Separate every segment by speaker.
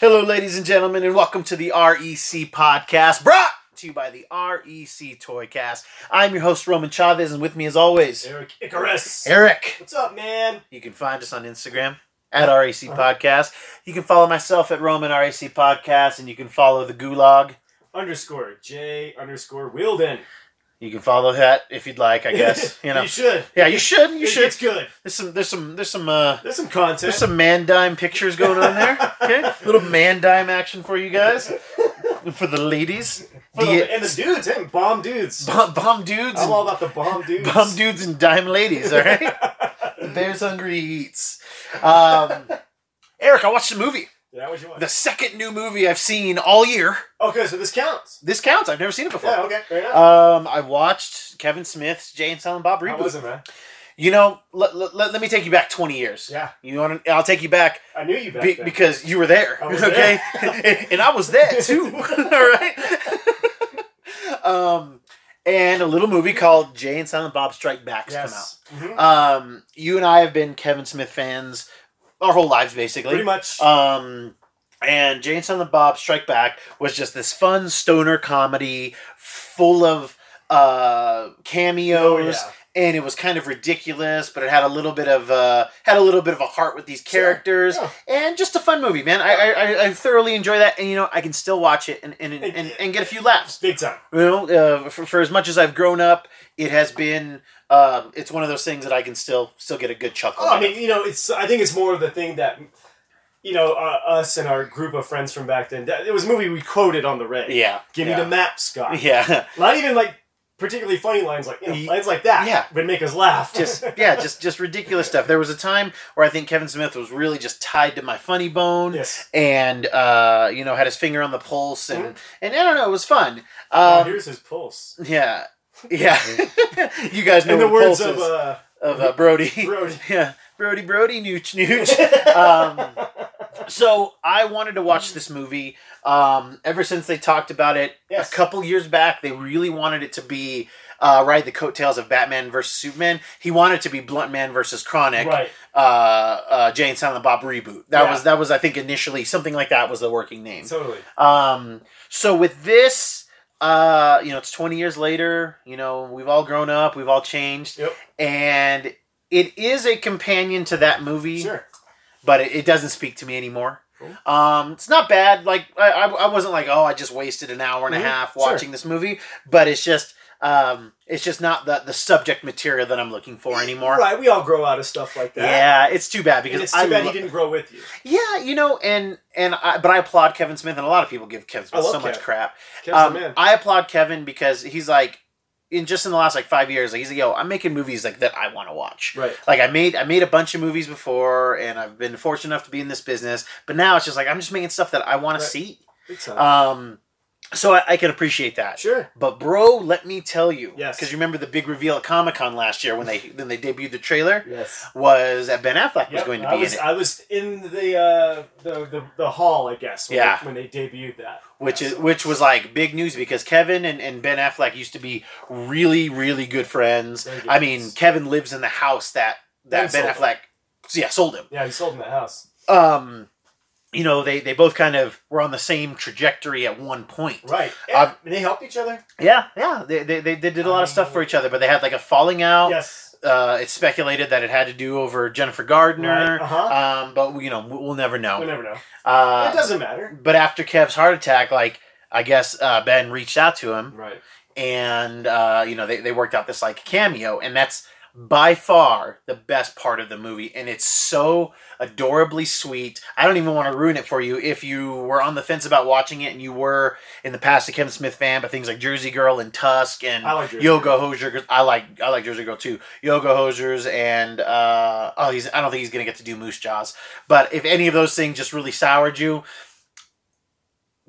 Speaker 1: Hello, ladies and gentlemen, and welcome to the REC podcast, brought to you by the REC Toycast. I'm your host, Roman Chavez, and with me, as always,
Speaker 2: Eric Icarus.
Speaker 1: Eric.
Speaker 2: What's up, man?
Speaker 1: You can find us on Instagram at REC
Speaker 2: Uh-huh.
Speaker 1: Podcast. You can follow myself at Roman REC Podcast, and you can follow the Gulag.
Speaker 2: Underscore J underscore Wilden.
Speaker 1: You can follow that if you'd like, I guess. You know.
Speaker 2: you should.
Speaker 1: Yeah, you should. You
Speaker 2: It-
Speaker 1: should.
Speaker 2: It's good.
Speaker 1: There's some. There's some. There's some. Uh,
Speaker 2: There's some content.
Speaker 1: there's some man dime pictures going on there. Okay, little man dime action for you guys, for the ladies,
Speaker 2: For the-
Speaker 1: The-
Speaker 2: and the dudes, and bomb dudes.
Speaker 1: bomb, bomb dudes.
Speaker 2: I'm
Speaker 1: and-
Speaker 2: all about the bomb dudes.
Speaker 1: Bum dudes and dime ladies, all right? the Bears Hungry Eats. Um, Eric, I watched a movie.
Speaker 2: Yeah, what you want?
Speaker 1: The second new movie I've seen all year.
Speaker 2: okay, so this counts.
Speaker 1: This counts. I've never seen it before.
Speaker 2: Yeah, okay, fair enough.
Speaker 1: Um, I watched Kevin Smith's Jay and Silent Bob
Speaker 2: How
Speaker 1: reboot.
Speaker 2: was it, man?
Speaker 1: You know, let, let, let, let me take you back 20 years.
Speaker 2: Yeah,
Speaker 1: You want to, I'll take you back,
Speaker 2: I knew you back
Speaker 1: be,
Speaker 2: then.
Speaker 1: because you were there.
Speaker 2: I was
Speaker 1: okay? and I was there too. all right? um, and a little movie called Jay and Silent Bob Strike Back has come out.
Speaker 2: yes. Mhm.
Speaker 1: Um, you and I have been Kevin Smith fans our whole lives,
Speaker 2: Pretty
Speaker 1: basically.
Speaker 2: much.
Speaker 1: Um, and Jane and the Bob Strike Back was just this fun stoner comedy full of uh,
Speaker 2: Oh,
Speaker 1: cameos,
Speaker 2: yeah.
Speaker 1: and it was kind of ridiculous, but it had a little bit of uh, had a little bit of a heart with these
Speaker 2: Sure.
Speaker 1: characters,
Speaker 2: Yeah.
Speaker 1: and just a fun movie, man. I I, I, I thoroughly enjoy that, and you know I can still watch it and and, and, and, and get a few laughs.
Speaker 2: Big time.
Speaker 1: You know, uh, for, for as much as I've grown up, it has been. Um, it's one of those things that I can still still get a good chuckle.
Speaker 2: Oh, I
Speaker 1: out
Speaker 2: mean, you know, it's. I think it's more of the thing that, you know, uh, us and our group of friends from back then. That, it was a movie we quoted on the
Speaker 1: of.
Speaker 2: red.
Speaker 1: yeah,
Speaker 2: Give
Speaker 1: yeah.
Speaker 2: me the map, Scott.
Speaker 1: yeah,
Speaker 2: Not even like particularly funny lines like you know,
Speaker 1: Ye-
Speaker 2: lines like that
Speaker 1: yeah.
Speaker 2: would make us laugh.
Speaker 1: just yeah, just just ridiculous stuff. There was a time where I think Kevin Smith was really just tied to my funny bone,
Speaker 2: yes.
Speaker 1: and uh, you know had his finger on the pulse, and
Speaker 2: Mm-hmm.
Speaker 1: and I don't know, it was fun. Um,
Speaker 2: Now Oh, here's his pulse.
Speaker 1: yeah, yeah. you guys know
Speaker 2: In the
Speaker 1: what pulse
Speaker 2: words of
Speaker 1: is.
Speaker 2: uh,
Speaker 1: of uh, Brody.
Speaker 2: Brody.
Speaker 1: yeah, Brody, Brody, Nooch, Nooch. Um, so I wanted to watch this movie. Um, ever since they talked about it
Speaker 2: Yes.
Speaker 1: a couple years back, they really wanted it to be uh, ride the coattails of Batman versus Superman. He wanted it to be Blunt Man versus Chronic,
Speaker 2: right,
Speaker 1: uh, uh, Jay and Silent Bob reboot. That
Speaker 2: Yeah.
Speaker 1: was that was I think initially something like that was the working name.
Speaker 2: totally.
Speaker 1: Um, so with this, uh, you know, it's 20 years later, you know, we've all grown up, we've all changed.
Speaker 2: Yep.
Speaker 1: And it is a companion to that movie,
Speaker 2: Sure.
Speaker 1: but it, it doesn't speak to me anymore.
Speaker 2: Cool.
Speaker 1: Um, it's not bad. Like I, I, I wasn't like, oh, I just wasted an hour and
Speaker 2: Mhm.
Speaker 1: a half
Speaker 2: Sure.
Speaker 1: watching this movie, but it's just, um, it's just not the, the subject material that I'm looking for anymore.
Speaker 2: Right, we all grow out of stuff like that.
Speaker 1: Yeah, it's too bad because
Speaker 2: and it's too
Speaker 1: I
Speaker 2: bad
Speaker 1: lo-
Speaker 2: he didn't grow with you.
Speaker 1: yeah, you know, and and I, but I applaud Kevin Smith, and a lot of people give Kevin Smith
Speaker 2: love
Speaker 1: so much
Speaker 2: Kev.
Speaker 1: crap.
Speaker 2: Kevin's
Speaker 1: Um,
Speaker 2: the man.
Speaker 1: I applaud Kevin because he's like, in just in the last like five years, like he's like, yo, I'm making movies like that I want to watch.
Speaker 2: Right.
Speaker 1: Like I made I made a bunch of movies before, and I've been fortunate enough to be in this business. But now it's just like I'm just making stuff that I want
Speaker 2: Right.
Speaker 1: to see.
Speaker 2: Big time.
Speaker 1: Um, so I, I can appreciate that.
Speaker 2: sure.
Speaker 1: But bro, let me tell you,
Speaker 2: Yes.
Speaker 1: because you remember the big reveal at Comic Con last year when they when they debuted the trailer
Speaker 2: Yes.
Speaker 1: was that Ben Affleck was
Speaker 2: Yep,
Speaker 1: going to
Speaker 2: I
Speaker 1: be
Speaker 2: was,
Speaker 1: in it,
Speaker 2: I was in the uh, the, the the hall, I guess. When
Speaker 1: Yeah.
Speaker 2: They, when they debuted that.
Speaker 1: which
Speaker 2: Yes.
Speaker 1: is which was like big news because Kevin and, and Ben Affleck used to be really really good friends.
Speaker 2: Very good
Speaker 1: I mean,
Speaker 2: friends.
Speaker 1: Kevin lives in the house that that
Speaker 2: Ben
Speaker 1: Ben
Speaker 2: sold
Speaker 1: Affleck, yeah, sold him.
Speaker 2: Yeah, he sold in that house.
Speaker 1: Um, you know, they they both kind of were on the same trajectory at one point.
Speaker 2: Right.
Speaker 1: I've-
Speaker 2: and they helped each other.
Speaker 1: Yeah, yeah, they they, they, they did a lot of stuff for each other, but they had like a falling out.
Speaker 2: Yes.
Speaker 1: Uh, it's speculated that it had to do over Jennifer Gardner.
Speaker 2: Right, uh-huh.
Speaker 1: Um, but you know, we- we'll never know.
Speaker 2: We never know.
Speaker 1: Uh,
Speaker 2: it doesn't matter.
Speaker 1: But after Kev's heart attack, like I guess uh, Ben reached out to him.
Speaker 2: Right.
Speaker 1: and uh, you know they, they worked out this like cameo and that's by far the best part of the movie and it's so adorably sweet i don't even want to ruin it for you if you were on the fence about watching it and you were in the past a kevin smith fan but things like jersey girl and tusk and
Speaker 2: I like Jersey
Speaker 1: yoga hosier i like i like jersey girl too yoga hosiers and uh, oh he's i don't think he's gonna get to do moose jaws but if any of those things just really soured you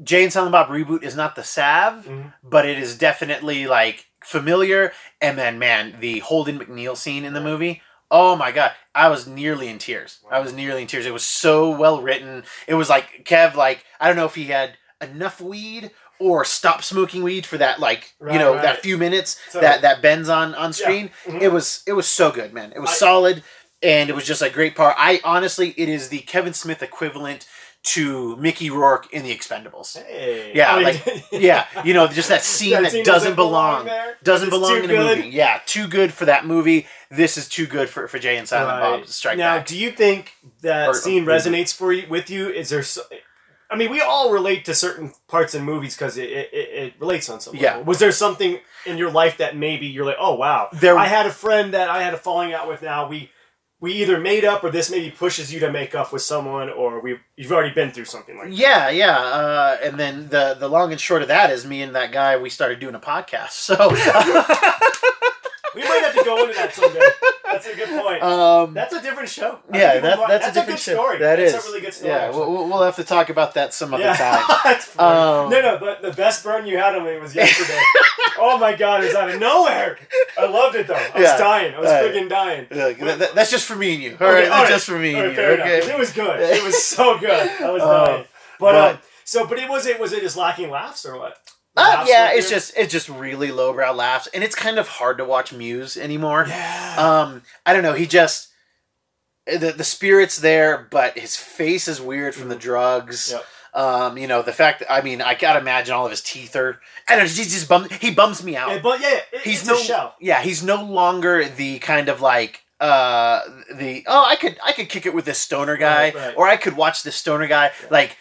Speaker 1: jay and silent bob reboot is not the salve
Speaker 2: Mhm.
Speaker 1: but it is definitely like familiar. And then, man, the Holden McNeil scene in the movie. Oh my god, I was nearly in tears. I was nearly in tears. It was so well written. It was like Kev, like I don't know if he had enough weed or stopped smoking weed for that, like you
Speaker 2: Right,
Speaker 1: know, that
Speaker 2: right.
Speaker 1: few minutes
Speaker 2: So-
Speaker 1: that that bends on on screen.
Speaker 2: Mhm.
Speaker 1: It was it was so good, man. It was
Speaker 2: I-
Speaker 1: solid, and it was just a great part. I honestly, it is the Kevin Smith equivalent to Mickey Rourke in The Expendables.
Speaker 2: Hey.
Speaker 1: Yeah,
Speaker 2: I mean,
Speaker 1: Yeah, you know, just that scene that,
Speaker 2: scene
Speaker 1: doesn't belong.
Speaker 2: there.
Speaker 1: Doesn't
Speaker 2: It's
Speaker 1: belong
Speaker 2: too
Speaker 1: in a
Speaker 2: good.
Speaker 1: movie. Yeah, too good for that movie. This is too good for, for Jay and Silent
Speaker 2: Right.
Speaker 1: Bob to strike
Speaker 2: now,
Speaker 1: back.
Speaker 2: do you think that
Speaker 1: Or-
Speaker 2: scene resonates for you with you? Is there? So, I mean, we all relate to certain parts in movies because it, it, it it relates on some
Speaker 1: Yeah.
Speaker 2: level. Was there something in your life that maybe you're like, oh wow,
Speaker 1: There-
Speaker 2: I had a friend that I had a falling out with. Now we we either made up or this maybe pushes you to make up with someone, or we you've already been through something like.
Speaker 1: Yeah, yeah. Uh, and then the the long and short of that is me and that guy we started doing a podcast. So
Speaker 2: that. We might have to go into that someday. That's a good point.
Speaker 1: um
Speaker 2: that's a different show. I
Speaker 1: yeah,
Speaker 2: think
Speaker 1: that,
Speaker 2: we'll-
Speaker 1: that's, a different
Speaker 2: good
Speaker 1: show.
Speaker 2: story.
Speaker 1: That
Speaker 2: that's
Speaker 1: is.
Speaker 2: a really good story.
Speaker 1: Yeah,
Speaker 2: actually.
Speaker 1: we'll, we'll have to talk about that some other time.
Speaker 2: That's funny.
Speaker 1: Um,
Speaker 2: no, no, but the best burn you had on me was yesterday. oh my god, it was out of nowhere. I loved it though. I was
Speaker 1: Yeah.
Speaker 2: dying. I was
Speaker 1: Alright.
Speaker 2: freaking dying.
Speaker 1: Look, that, that- that's just for me and you. All right,
Speaker 2: Okay, alright.
Speaker 1: that's just for me
Speaker 2: Alright,
Speaker 1: and you.
Speaker 2: fair enough.
Speaker 1: Okay.
Speaker 2: It was good. It was so good. I was
Speaker 1: Uh,
Speaker 2: dying. But,
Speaker 1: but-
Speaker 2: um, so, but it was it was it just lacking laughs or what?
Speaker 1: Uh,
Speaker 2: Laughs
Speaker 1: yeah,
Speaker 2: with
Speaker 1: it's
Speaker 2: you?
Speaker 1: just it's just really lowbrow laughs, and it's kind of hard to watch Muse anymore.
Speaker 2: yeah.
Speaker 1: Um, I don't know. He just the the spirit's there, but his face is weird from the drugs.
Speaker 2: Mm. Yep.
Speaker 1: Um, you know the fact. That, I mean, I gotta imagine all of his teeth are. I don't know. He just bums. He bums me out.
Speaker 2: Yeah, but yeah, it,
Speaker 1: he's
Speaker 2: it's
Speaker 1: no.
Speaker 2: a show.
Speaker 1: Yeah, he's no longer the kind of like uh the oh I could I could kick it with this stoner guy
Speaker 2: Right, right.
Speaker 1: or I could watch this stoner guy
Speaker 2: Yeah.
Speaker 1: like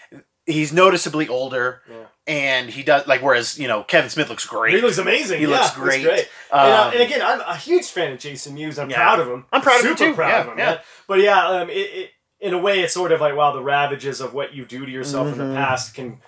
Speaker 1: he's noticeably older
Speaker 2: Yeah.
Speaker 1: and he does like whereas you know Kevin Smith looks great
Speaker 2: He looks amazing.
Speaker 1: He
Speaker 2: yeah,
Speaker 1: looks
Speaker 2: he's
Speaker 1: great.
Speaker 2: And, uh,
Speaker 1: Um,
Speaker 2: and again, I'm a huge fan of Jason Mewes. I'm
Speaker 1: Yeah.
Speaker 2: proud of him.
Speaker 1: I'm proud of
Speaker 2: Super
Speaker 1: him too.
Speaker 2: proud
Speaker 1: Yeah,
Speaker 2: of him. man. But yeah, um, it, it, in a way, it's sort of like wow, the ravages of what you do to yourself in
Speaker 1: Mhm.
Speaker 2: the past can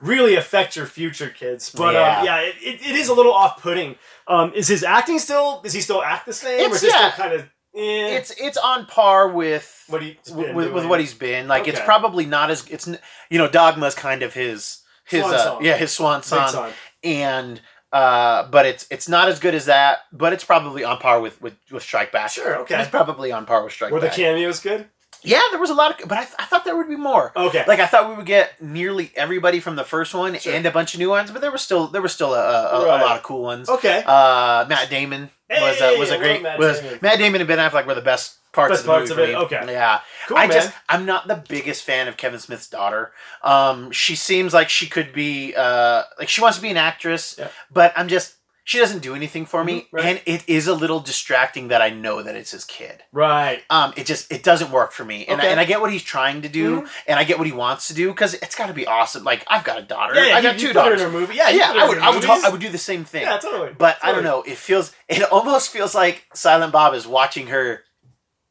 Speaker 2: really affect your future kids. But yeah,
Speaker 1: Yeah.
Speaker 2: um, yeah it, it, it is a little off-putting. Um, is his acting still? Does he still act the same? or
Speaker 1: It's-
Speaker 2: is he
Speaker 1: yeah.
Speaker 2: still kind of? Eh,
Speaker 1: it's it's on par with
Speaker 2: what he
Speaker 1: with, with, with what he's been like it's
Speaker 2: Okay.
Speaker 1: probably not as it's n- you know dogma's kind of his his
Speaker 2: Swan
Speaker 1: uh,
Speaker 2: song.
Speaker 1: yeah his swan song
Speaker 2: on.
Speaker 1: and uh but it's it's not as good as that but it's probably on par with with, with strike back
Speaker 2: Sure, okay.
Speaker 1: it's probably on par with strike
Speaker 2: Were the
Speaker 1: back
Speaker 2: cameos good?
Speaker 1: yeah there was a lot of but I, th- I thought there would be more
Speaker 2: Okay.
Speaker 1: like I thought we would get nearly everybody from the first one
Speaker 2: Sure.
Speaker 1: and a bunch of new ones, but there was still there was still a, a, a-
Speaker 2: Right.
Speaker 1: a lot of cool ones.
Speaker 2: okay.
Speaker 1: Uh, Matt Damon was a, was
Speaker 2: Hey, I
Speaker 1: a
Speaker 2: love
Speaker 1: great
Speaker 2: Matt
Speaker 1: was
Speaker 2: Damon.
Speaker 1: Matt Damon and Ben Affleck were the best parts
Speaker 2: Best
Speaker 1: of the
Speaker 2: parts
Speaker 1: movie.
Speaker 2: of it,
Speaker 1: for me.
Speaker 2: okay.
Speaker 1: yeah.
Speaker 2: cool,
Speaker 1: I
Speaker 2: man.
Speaker 1: just I'm not the biggest fan of Kevin Smith's daughter. Um, she seems like she could be uh, like she wants to be an actress,
Speaker 2: Yeah.
Speaker 1: but I'm just she doesn't do anything for me,
Speaker 2: Mhm, right.
Speaker 1: and it is a little distracting that I know that it's his kid.
Speaker 2: right.
Speaker 1: Um, it just it doesn't work for me, and I,
Speaker 2: Okay. Mm-hmm.
Speaker 1: and I get what he's trying to do, and I get what he wants to do because it's got to be awesome. Like I've got a daughter,
Speaker 2: Yeah, yeah,
Speaker 1: I got
Speaker 2: you- you
Speaker 1: two
Speaker 2: put her
Speaker 1: daughters.
Speaker 2: in a movie. Yeah, you
Speaker 1: yeah,
Speaker 2: put her
Speaker 1: I
Speaker 2: in
Speaker 1: would
Speaker 2: her
Speaker 1: I would talk,
Speaker 2: movies.
Speaker 1: I would do the same thing.
Speaker 2: Yeah, totally.
Speaker 1: But I
Speaker 2: Totally.
Speaker 1: don't know. It feels. It almost feels like Silent Bob is watching her,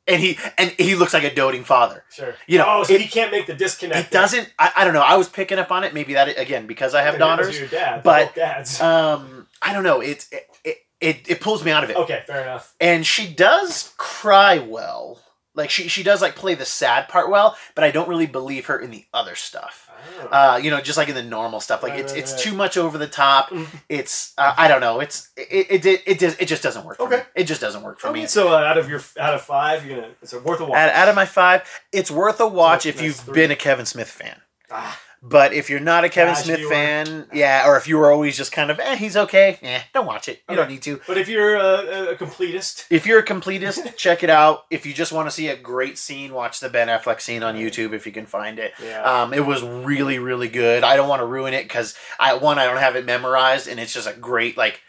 Speaker 1: and he and he looks like a doting father.
Speaker 2: Sure.
Speaker 1: You know,
Speaker 2: oh, so
Speaker 1: it-
Speaker 2: he can't make the disconnect.
Speaker 1: It doesn't. I, I don't know. I was picking up on it. Maybe that again because I have
Speaker 2: Maybe it was
Speaker 1: daughters.
Speaker 2: Your dad,
Speaker 1: but-
Speaker 2: both dads.
Speaker 1: Um, I don't know. It it, it it it pulls me out of it.
Speaker 2: okay, fair enough.
Speaker 1: And she does cry well. Like she she does like play the sad part well, but I don't really believe her in the other stuff. Uh, you know, just like in the normal stuff. Like
Speaker 2: Right,
Speaker 1: it's
Speaker 2: right,
Speaker 1: it's
Speaker 2: right.
Speaker 1: too much over the top.
Speaker 2: Mhm.
Speaker 1: It's uh, I don't know. It's it it it, it, does, it just doesn't work. For
Speaker 2: Okay.
Speaker 1: me. It just doesn't work for
Speaker 2: I
Speaker 1: me.
Speaker 2: mean, so uh, out of your out of five, you're gonna it's a worth a watch.
Speaker 1: Out, out of my five, it's worth a watch if
Speaker 2: nice
Speaker 1: you've
Speaker 2: three.
Speaker 1: been a Kevin Smith fan.
Speaker 2: Ah,
Speaker 1: But if you're not a Kevin
Speaker 2: Gosh,
Speaker 1: Smith
Speaker 2: you were-
Speaker 1: fan, yeah, or if you were always just kind of, eh, he's okay, eh, don't watch it. You
Speaker 2: Okay.
Speaker 1: don't need to.
Speaker 2: but if you're a, a completist,
Speaker 1: If you're a completist, check it out. If you just want to see a great scene, watch the Ben Affleck scene on YouTube if you can find it.
Speaker 2: yeah,
Speaker 1: Um, it was really, really good. I don't want to ruin it because I one, I don't have it memorized, and it's just a great like,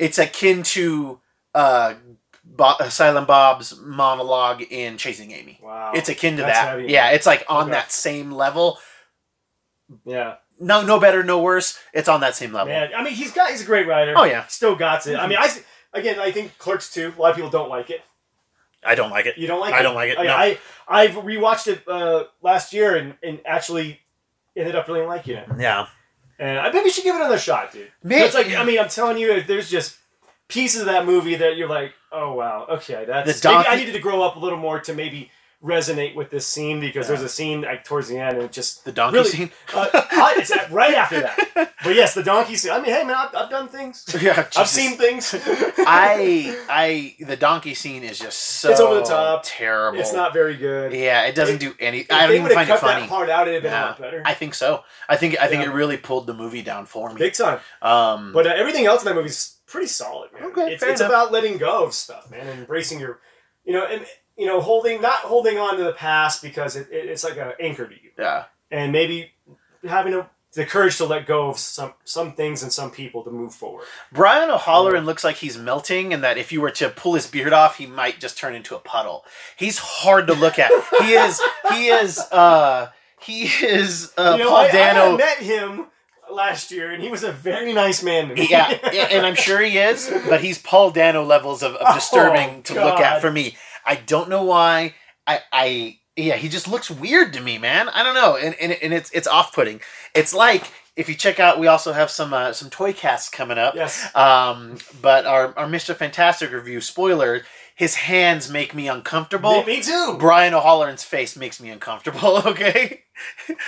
Speaker 1: it's akin to uh, Bo- Silent Bob's monologue in Chasing Amy.
Speaker 2: wow,
Speaker 1: It's akin to
Speaker 2: That's
Speaker 1: that.
Speaker 2: heavy.
Speaker 1: Yeah, it's like on
Speaker 2: Okay.
Speaker 1: that same level.
Speaker 2: yeah,
Speaker 1: No, no better, no worse. It's on that same level.
Speaker 2: man. I mean, he's got he's a great writer.
Speaker 1: Oh yeah,
Speaker 2: still got it. I mean, I s- again, I think Clerks too. A lot of people don't like it.
Speaker 1: I don't like it.
Speaker 2: You don't like
Speaker 1: I
Speaker 2: it.
Speaker 1: don't like it.
Speaker 2: I,
Speaker 1: no.
Speaker 2: I I've rewatched it uh, last year and and actually ended up really liking it.
Speaker 1: yeah,
Speaker 2: And I maybe you should give it another shot, dude.
Speaker 1: Man,
Speaker 2: it's like I mean, I'm telling you, there's just pieces of that movie that you're like, oh wow, okay, that's
Speaker 1: The docu-
Speaker 2: maybe I needed to grow up a little more to maybe resonate with this scene because
Speaker 1: Yeah.
Speaker 2: there's a scene like towards the end and it just
Speaker 1: the donkey
Speaker 2: Really?
Speaker 1: scene.
Speaker 2: uh, I- it's at- right after that. But yes, the donkey scene. I mean, hey man, I've, I've done things.
Speaker 1: yeah,
Speaker 2: I've
Speaker 1: Jesus.
Speaker 2: seen things.
Speaker 1: I, I, the donkey scene is just so
Speaker 2: It's over the top.
Speaker 1: terrible.
Speaker 2: it's not very good.
Speaker 1: Yeah, it doesn't
Speaker 2: If-
Speaker 1: do any.
Speaker 2: If
Speaker 1: I don't
Speaker 2: they
Speaker 1: even
Speaker 2: would've
Speaker 1: find it
Speaker 2: cut
Speaker 1: funny.
Speaker 2: That part out, it'd have been
Speaker 1: Nah.
Speaker 2: a lot better.
Speaker 1: I think so. I think I think
Speaker 2: Yeah.
Speaker 1: it really pulled the movie down for me.
Speaker 2: Big time.
Speaker 1: Um,
Speaker 2: But uh, everything else in that movie's pretty solid, man.
Speaker 1: Okay,
Speaker 2: it's
Speaker 1: fair
Speaker 2: it's
Speaker 1: enough.
Speaker 2: about letting go of stuff, man, and embracing your, you know, and you know, holding not holding on to the past because it, it, it's like an anchor to you.
Speaker 1: yeah,
Speaker 2: and maybe having a, the courage to let go of some some things and some people to move forward.
Speaker 1: Brian O'Halloran looks like he's melting, and that if you were to pull his beard off, he might just turn into a puddle. He's hard to look at. he is. He is. uh He is. Uh,
Speaker 2: You know,
Speaker 1: Paul
Speaker 2: I,
Speaker 1: Dano.
Speaker 2: I met him last year, and he was a very nice man to me.
Speaker 1: yeah, yeah, and I'm sure he is, but he's Paul Dano levels of, of disturbing
Speaker 2: Oh,
Speaker 1: to look at
Speaker 2: God.
Speaker 1: for me. I don't know why. I, I yeah, he just looks weird to me, man. I don't know, and and, and it's it's off putting. It's like if you check out, we also have some uh, some toy casts coming up.
Speaker 2: yes.
Speaker 1: Um, but our our Mister Fantastic review spoiler, his hands make me uncomfortable.
Speaker 2: me, me too.
Speaker 1: Brian O'Halloran's face makes me uncomfortable. Okay,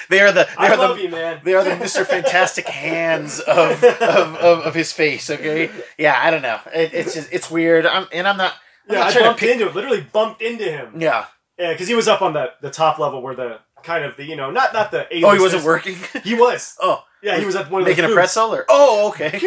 Speaker 1: they are the they
Speaker 2: I
Speaker 1: are the
Speaker 2: love you, man.
Speaker 1: they are the Mr. Fantastic hands of, of, of, of his face, okay? Yeah, I don't know. It, it's just, it's weird. I'm, and I'm not, I'm
Speaker 2: Yeah,
Speaker 1: not
Speaker 2: I
Speaker 1: trying to
Speaker 2: bumped
Speaker 1: pick.
Speaker 2: into him. Literally bumped into him.
Speaker 1: Yeah.
Speaker 2: Yeah, because he was up on the, the top level where the kind of the you know not not the
Speaker 1: Oh, he wasn't working?
Speaker 2: He was.
Speaker 1: Oh,
Speaker 2: Yeah, he was at one of
Speaker 1: making
Speaker 2: the
Speaker 1: a pretzel or? Oh, okay.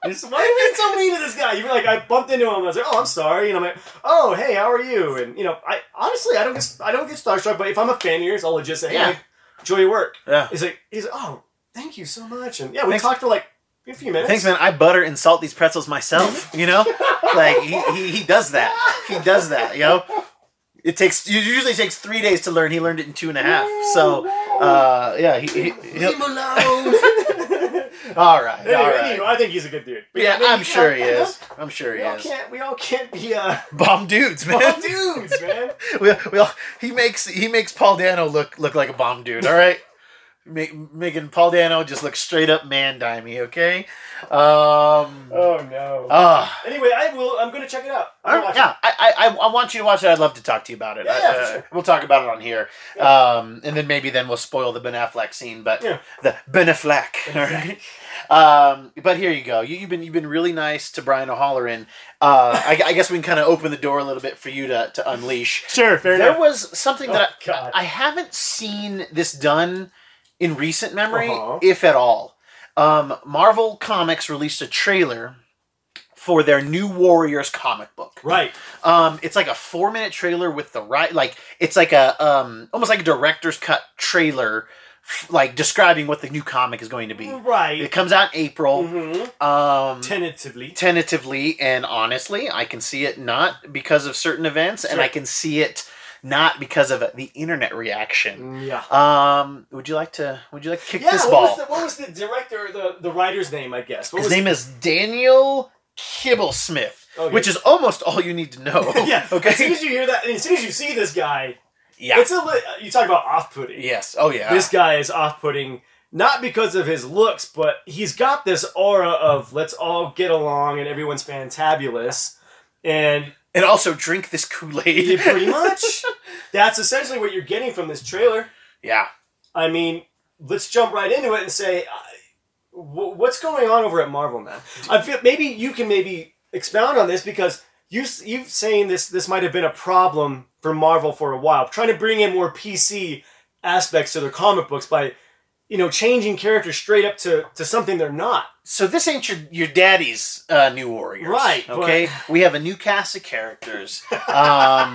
Speaker 2: Why are you being so mean to this guy? You were like, I bumped into him. I was like, oh, I'm sorry, and I'm like, oh, hey, how are you? And you know, I honestly, I don't get, I don't get starstruck, but if I'm a fan of yours, I'll just say, hey,
Speaker 1: Yeah.
Speaker 2: like, enjoy your work.
Speaker 1: Yeah.
Speaker 2: He's like, he's like, oh, thank you so much, and yeah, we
Speaker 1: Thanks.
Speaker 2: talked for like a few minutes.
Speaker 1: Thanks, man. I butter and salt these pretzels myself, you know? Like, he, he, he does that. He does that, you know? It takes, it usually takes three days to learn. He learned it in two and a half. So, uh, yeah, he, he,
Speaker 2: Leave
Speaker 1: he'll,
Speaker 2: him alone.
Speaker 1: all right, all
Speaker 2: anyway,
Speaker 1: right.
Speaker 2: anyway, I think he's a good dude. But
Speaker 1: Yeah,
Speaker 2: maybe-
Speaker 1: I'm sure he
Speaker 2: I know.
Speaker 1: is. I'm sure he
Speaker 2: We all
Speaker 1: is.
Speaker 2: can't. We all can't be uh,
Speaker 1: Bomb dudes, man.
Speaker 2: all dudes, man.
Speaker 1: we, we all, he makes he makes Paul Dano look look like a bomb dude. All right, Make, making Paul Dano just look straight up man dimey. Okay. Um.
Speaker 2: Oh no.
Speaker 1: Ah.
Speaker 2: Anyway, I will. I'm gonna check it out.
Speaker 1: all
Speaker 2: I'm gonna
Speaker 1: right,
Speaker 2: watch
Speaker 1: yeah, I, I, I want you to watch it. I'd love to talk to you about it.
Speaker 2: Yeah,
Speaker 1: I-
Speaker 2: yeah, for
Speaker 1: uh,
Speaker 2: sure.
Speaker 1: We'll talk about it on here, um, and then maybe then we'll spoil the Ben Affleck scene. But
Speaker 2: Yeah.
Speaker 1: the Ben Affleck, all right. Um, but here you go. You, you've been you've been really nice to Brian O'Halloran. Uh, I, I guess we can kind of open the door a little bit for you to to unleash.
Speaker 2: it. Sure, fair
Speaker 1: there was something that
Speaker 2: Oh, God.
Speaker 1: I, I haven't seen this done in recent memory,
Speaker 2: Uh-huh.
Speaker 1: if at all. Um, Marvel Comics released a trailer for their new Warriors comic book.
Speaker 2: Right.
Speaker 1: Um, it's like a four minute trailer with the right, like it's like a um, almost like a director's cut trailer, f- like describing what the new comic is going to be.
Speaker 2: Mm-hmm.
Speaker 1: It
Speaker 2: Right.
Speaker 1: comes out in April.
Speaker 2: hmm
Speaker 1: Um,
Speaker 2: Tentatively.
Speaker 1: tentatively and honestly i can see it not because of certain events and
Speaker 2: Sure.
Speaker 1: i can see it not because of the internet reaction
Speaker 2: Yeah.
Speaker 1: um would you like to would you like to kick
Speaker 2: Yeah.
Speaker 1: this
Speaker 2: what,
Speaker 1: ball
Speaker 2: Was the, what was the director, the the writer's name? I guess. What
Speaker 1: his
Speaker 2: was
Speaker 1: name is daniel kibble smith
Speaker 2: Okay.
Speaker 1: which is almost all you need to know
Speaker 2: yeah. As soon
Speaker 1: Oh, okay
Speaker 2: as you hear that, and as soon as you see this guy,
Speaker 1: yeah
Speaker 2: it's a li- uh, you talk about off-putting.
Speaker 1: yes oh yeah
Speaker 2: This guy is off-putting not because of his looks, but he's got this aura of let's all get along and everyone's fantabulous, and
Speaker 1: and also drink this
Speaker 2: he
Speaker 1: kool-aid
Speaker 2: pretty much that's essentially what you're getting from this trailer.
Speaker 1: yeah
Speaker 2: I mean, let's jump right into it and say, I- wh- what's going on over at Marvel, man? I feel maybe you can maybe expound on this because you s- you've saying this this might have been a problem for Marvel for a while, trying to bring in more PC aspects to their comic books by you know changing characters straight up to to something they're not.
Speaker 1: so this ain't your your daddy's uh, new warriors,
Speaker 2: Right, but-
Speaker 1: Okay, we have a new cast of characters. Um,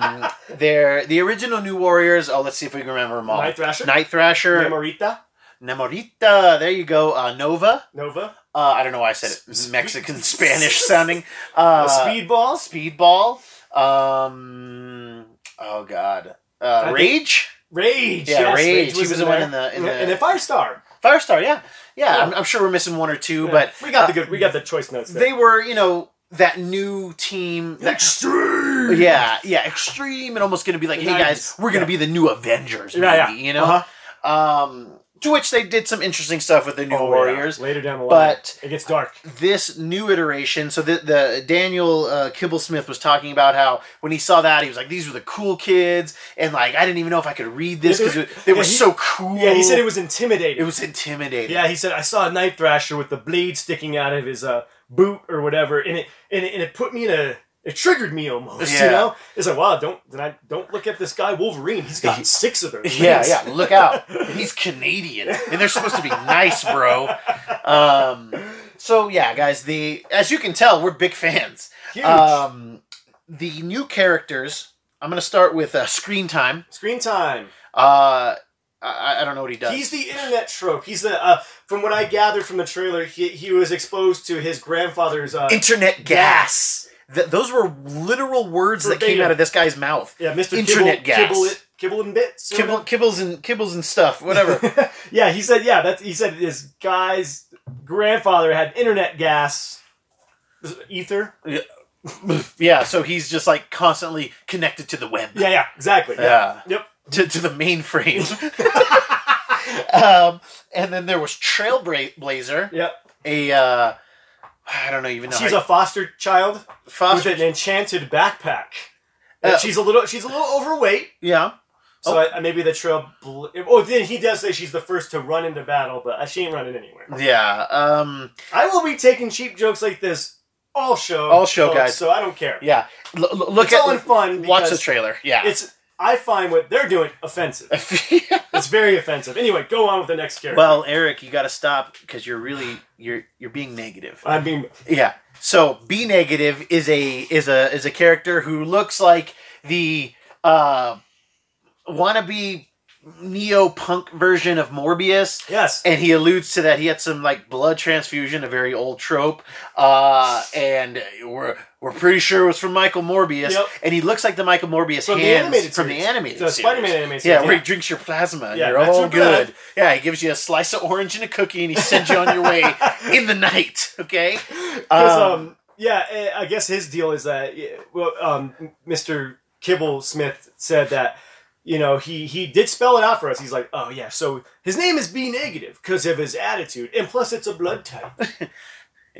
Speaker 1: they're the original new warriors. Oh, let's see if we can remember them all.
Speaker 2: Night Thrasher,
Speaker 1: Night Thrasher,
Speaker 2: Namorita,
Speaker 1: Namorita. There you go. Uh, Nova.
Speaker 2: Nova,
Speaker 1: Uh, I don't know why I said
Speaker 2: Spe-
Speaker 1: it. Mexican, Spanish sounding. Uh,
Speaker 2: Speedball,
Speaker 1: Speedball. Um, oh God. Uh,
Speaker 2: think-
Speaker 1: Rage.
Speaker 2: Rage.
Speaker 1: Yeah,
Speaker 2: yes,
Speaker 1: Rage. He was the one
Speaker 2: there.
Speaker 1: in the- in the-
Speaker 2: and the Firestar.
Speaker 1: Firestar. Yeah. Yeah. I'm, I'm sure we're missing one or two, but
Speaker 2: we got the
Speaker 1: uh,
Speaker 2: good. We got the choice notes. There.
Speaker 1: they were, you know, that new team. That
Speaker 2: extreme.
Speaker 1: yeah, yeah, extreme and almost going to be like, hey guys,
Speaker 2: Nice.
Speaker 1: we're going to
Speaker 2: Yeah.
Speaker 1: be the new Avengers, maybe,
Speaker 2: Yeah, yeah.
Speaker 1: you know.
Speaker 2: Uh-huh.
Speaker 1: Um, to which they did some interesting stuff with the new
Speaker 2: Oh, yeah.
Speaker 1: Warriors.
Speaker 2: Later down the line,
Speaker 1: But-
Speaker 2: it gets dark.
Speaker 1: This new iteration, so the, the Daniel uh, Kibble Smith was talking about how when he saw that he was like, these were the cool kids, and like I didn't even know if I could read this because they were
Speaker 2: Yeah, he-
Speaker 1: so cool.
Speaker 2: Yeah, he said it
Speaker 1: was
Speaker 2: was intimidating.
Speaker 1: it was intimidating.
Speaker 2: yeah, he said I saw a knife thrasher with the blade sticking out of his uh, boot or whatever, and it and it, and it put me in a. It triggered me almost,
Speaker 1: Yeah.
Speaker 2: you know. It's like, wow, don't then I don't look at this guy Wolverine. He's got
Speaker 1: He-
Speaker 2: six of them.
Speaker 1: Yeah, yeah. Look out. He's Canadian, and they're supposed to be nice, bro. Um, so yeah, guys. The as you can tell, we're big fans.
Speaker 2: Huge.
Speaker 1: Um, the new characters. I'm gonna start with uh, screen time.
Speaker 2: Screen time.
Speaker 1: Uh, I, I don't know what he does.
Speaker 2: He's the internet trope. He's the uh, from what I gathered from the trailer, he, he was exposed to his grandfather's uh,
Speaker 1: internet gas. Th- those were literal words that came
Speaker 2: Verbatim.
Speaker 1: out of this guy's mouth.
Speaker 2: yeah, Mr.
Speaker 1: internet
Speaker 2: Kibble,
Speaker 1: gas.
Speaker 2: Kibble, it, Kibble and bits. or
Speaker 1: Kibble, kibbles and kibbles and stuff, whatever.
Speaker 2: yeah, he said. Yeah, that's he said. His guy's grandfather had internet gas, Was it ether.
Speaker 1: yeah, so he's just like constantly connected to the web.
Speaker 2: Yeah, yeah, exactly.
Speaker 1: Yeah.
Speaker 2: Yep.
Speaker 1: to, to the mainframe. um, and then there was Trailblazer,
Speaker 2: Yep.
Speaker 1: a uh, I don't know even know.
Speaker 2: she's
Speaker 1: how-
Speaker 2: a foster child
Speaker 1: foster.
Speaker 2: with an enchanted backpack.
Speaker 1: Uh, Oh.
Speaker 2: And she's a little. She's a little overweight.
Speaker 1: yeah,
Speaker 2: So I, I- maybe the trail. Bl- oh, then he does say she's the first to run into battle, but uh, she ain't running anywhere.
Speaker 1: yeah. Um,
Speaker 2: I will be taking cheap jokes like this all show.
Speaker 1: All show,
Speaker 2: folks,
Speaker 1: guys.
Speaker 2: So I don't care.
Speaker 1: yeah. L- l- look
Speaker 2: It's
Speaker 1: at
Speaker 2: all in fun.
Speaker 1: watch the
Speaker 2: because
Speaker 1: trailer. Yeah.
Speaker 2: It's. I find what they're doing offensive. It's very offensive. Anyway, go on with the next character.
Speaker 1: well, Eric, you got to stop because you're really you're you're being negative.
Speaker 2: I mean,
Speaker 1: Yeah. So B negative is a is a is a character who looks like the uh, wannabe neo punk version of Morbius.
Speaker 2: yes.
Speaker 1: and he alludes to that he had some like blood transfusion, a very old trope, uh, and we're we're pretty sure it was from Michael Morbius,
Speaker 2: Yep.
Speaker 1: and he looks like the Michael Morbius
Speaker 2: From the
Speaker 1: hands
Speaker 2: animated
Speaker 1: from the
Speaker 2: series.
Speaker 1: animated
Speaker 2: The
Speaker 1: series.
Speaker 2: Spider-Man animated
Speaker 1: yeah,
Speaker 2: series,
Speaker 1: where
Speaker 2: yeah.
Speaker 1: he drinks your plasma, and
Speaker 2: Yeah,
Speaker 1: you're
Speaker 2: that's
Speaker 1: all
Speaker 2: your
Speaker 1: good.
Speaker 2: blood.
Speaker 1: Yeah, he gives you a slice of orange and a cookie, and he sends you on your way in the night. Okay,
Speaker 2: Because
Speaker 1: Um,
Speaker 2: um, yeah, eh, I guess his deal is that yeah, well, um, Mr. Kibble Smith said that you know he he did spell it out for us. He's like, oh yeah, so his name is B negative because of his attitude, and plus it's a blood type. And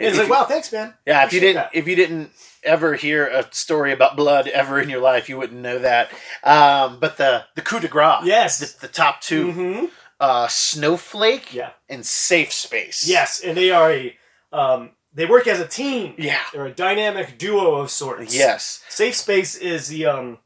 Speaker 1: If
Speaker 2: it's like,
Speaker 1: you-
Speaker 2: wow, thanks, man.
Speaker 1: Yeah, if you
Speaker 2: Appreciate
Speaker 1: didn't
Speaker 2: that.
Speaker 1: if you didn't ever hear a story about blood ever in your life, you wouldn't know that. Um, but the the coup de grace,
Speaker 2: Yes.
Speaker 1: the, the top 2
Speaker 2: hmm
Speaker 1: uh, Snowflake
Speaker 2: Yeah.
Speaker 1: and Safe Space.
Speaker 2: Yes, and they are a um, they work as a team.
Speaker 1: Yeah.
Speaker 2: They're a dynamic duo of sorts.
Speaker 1: Yes.
Speaker 2: Safe Space is the um,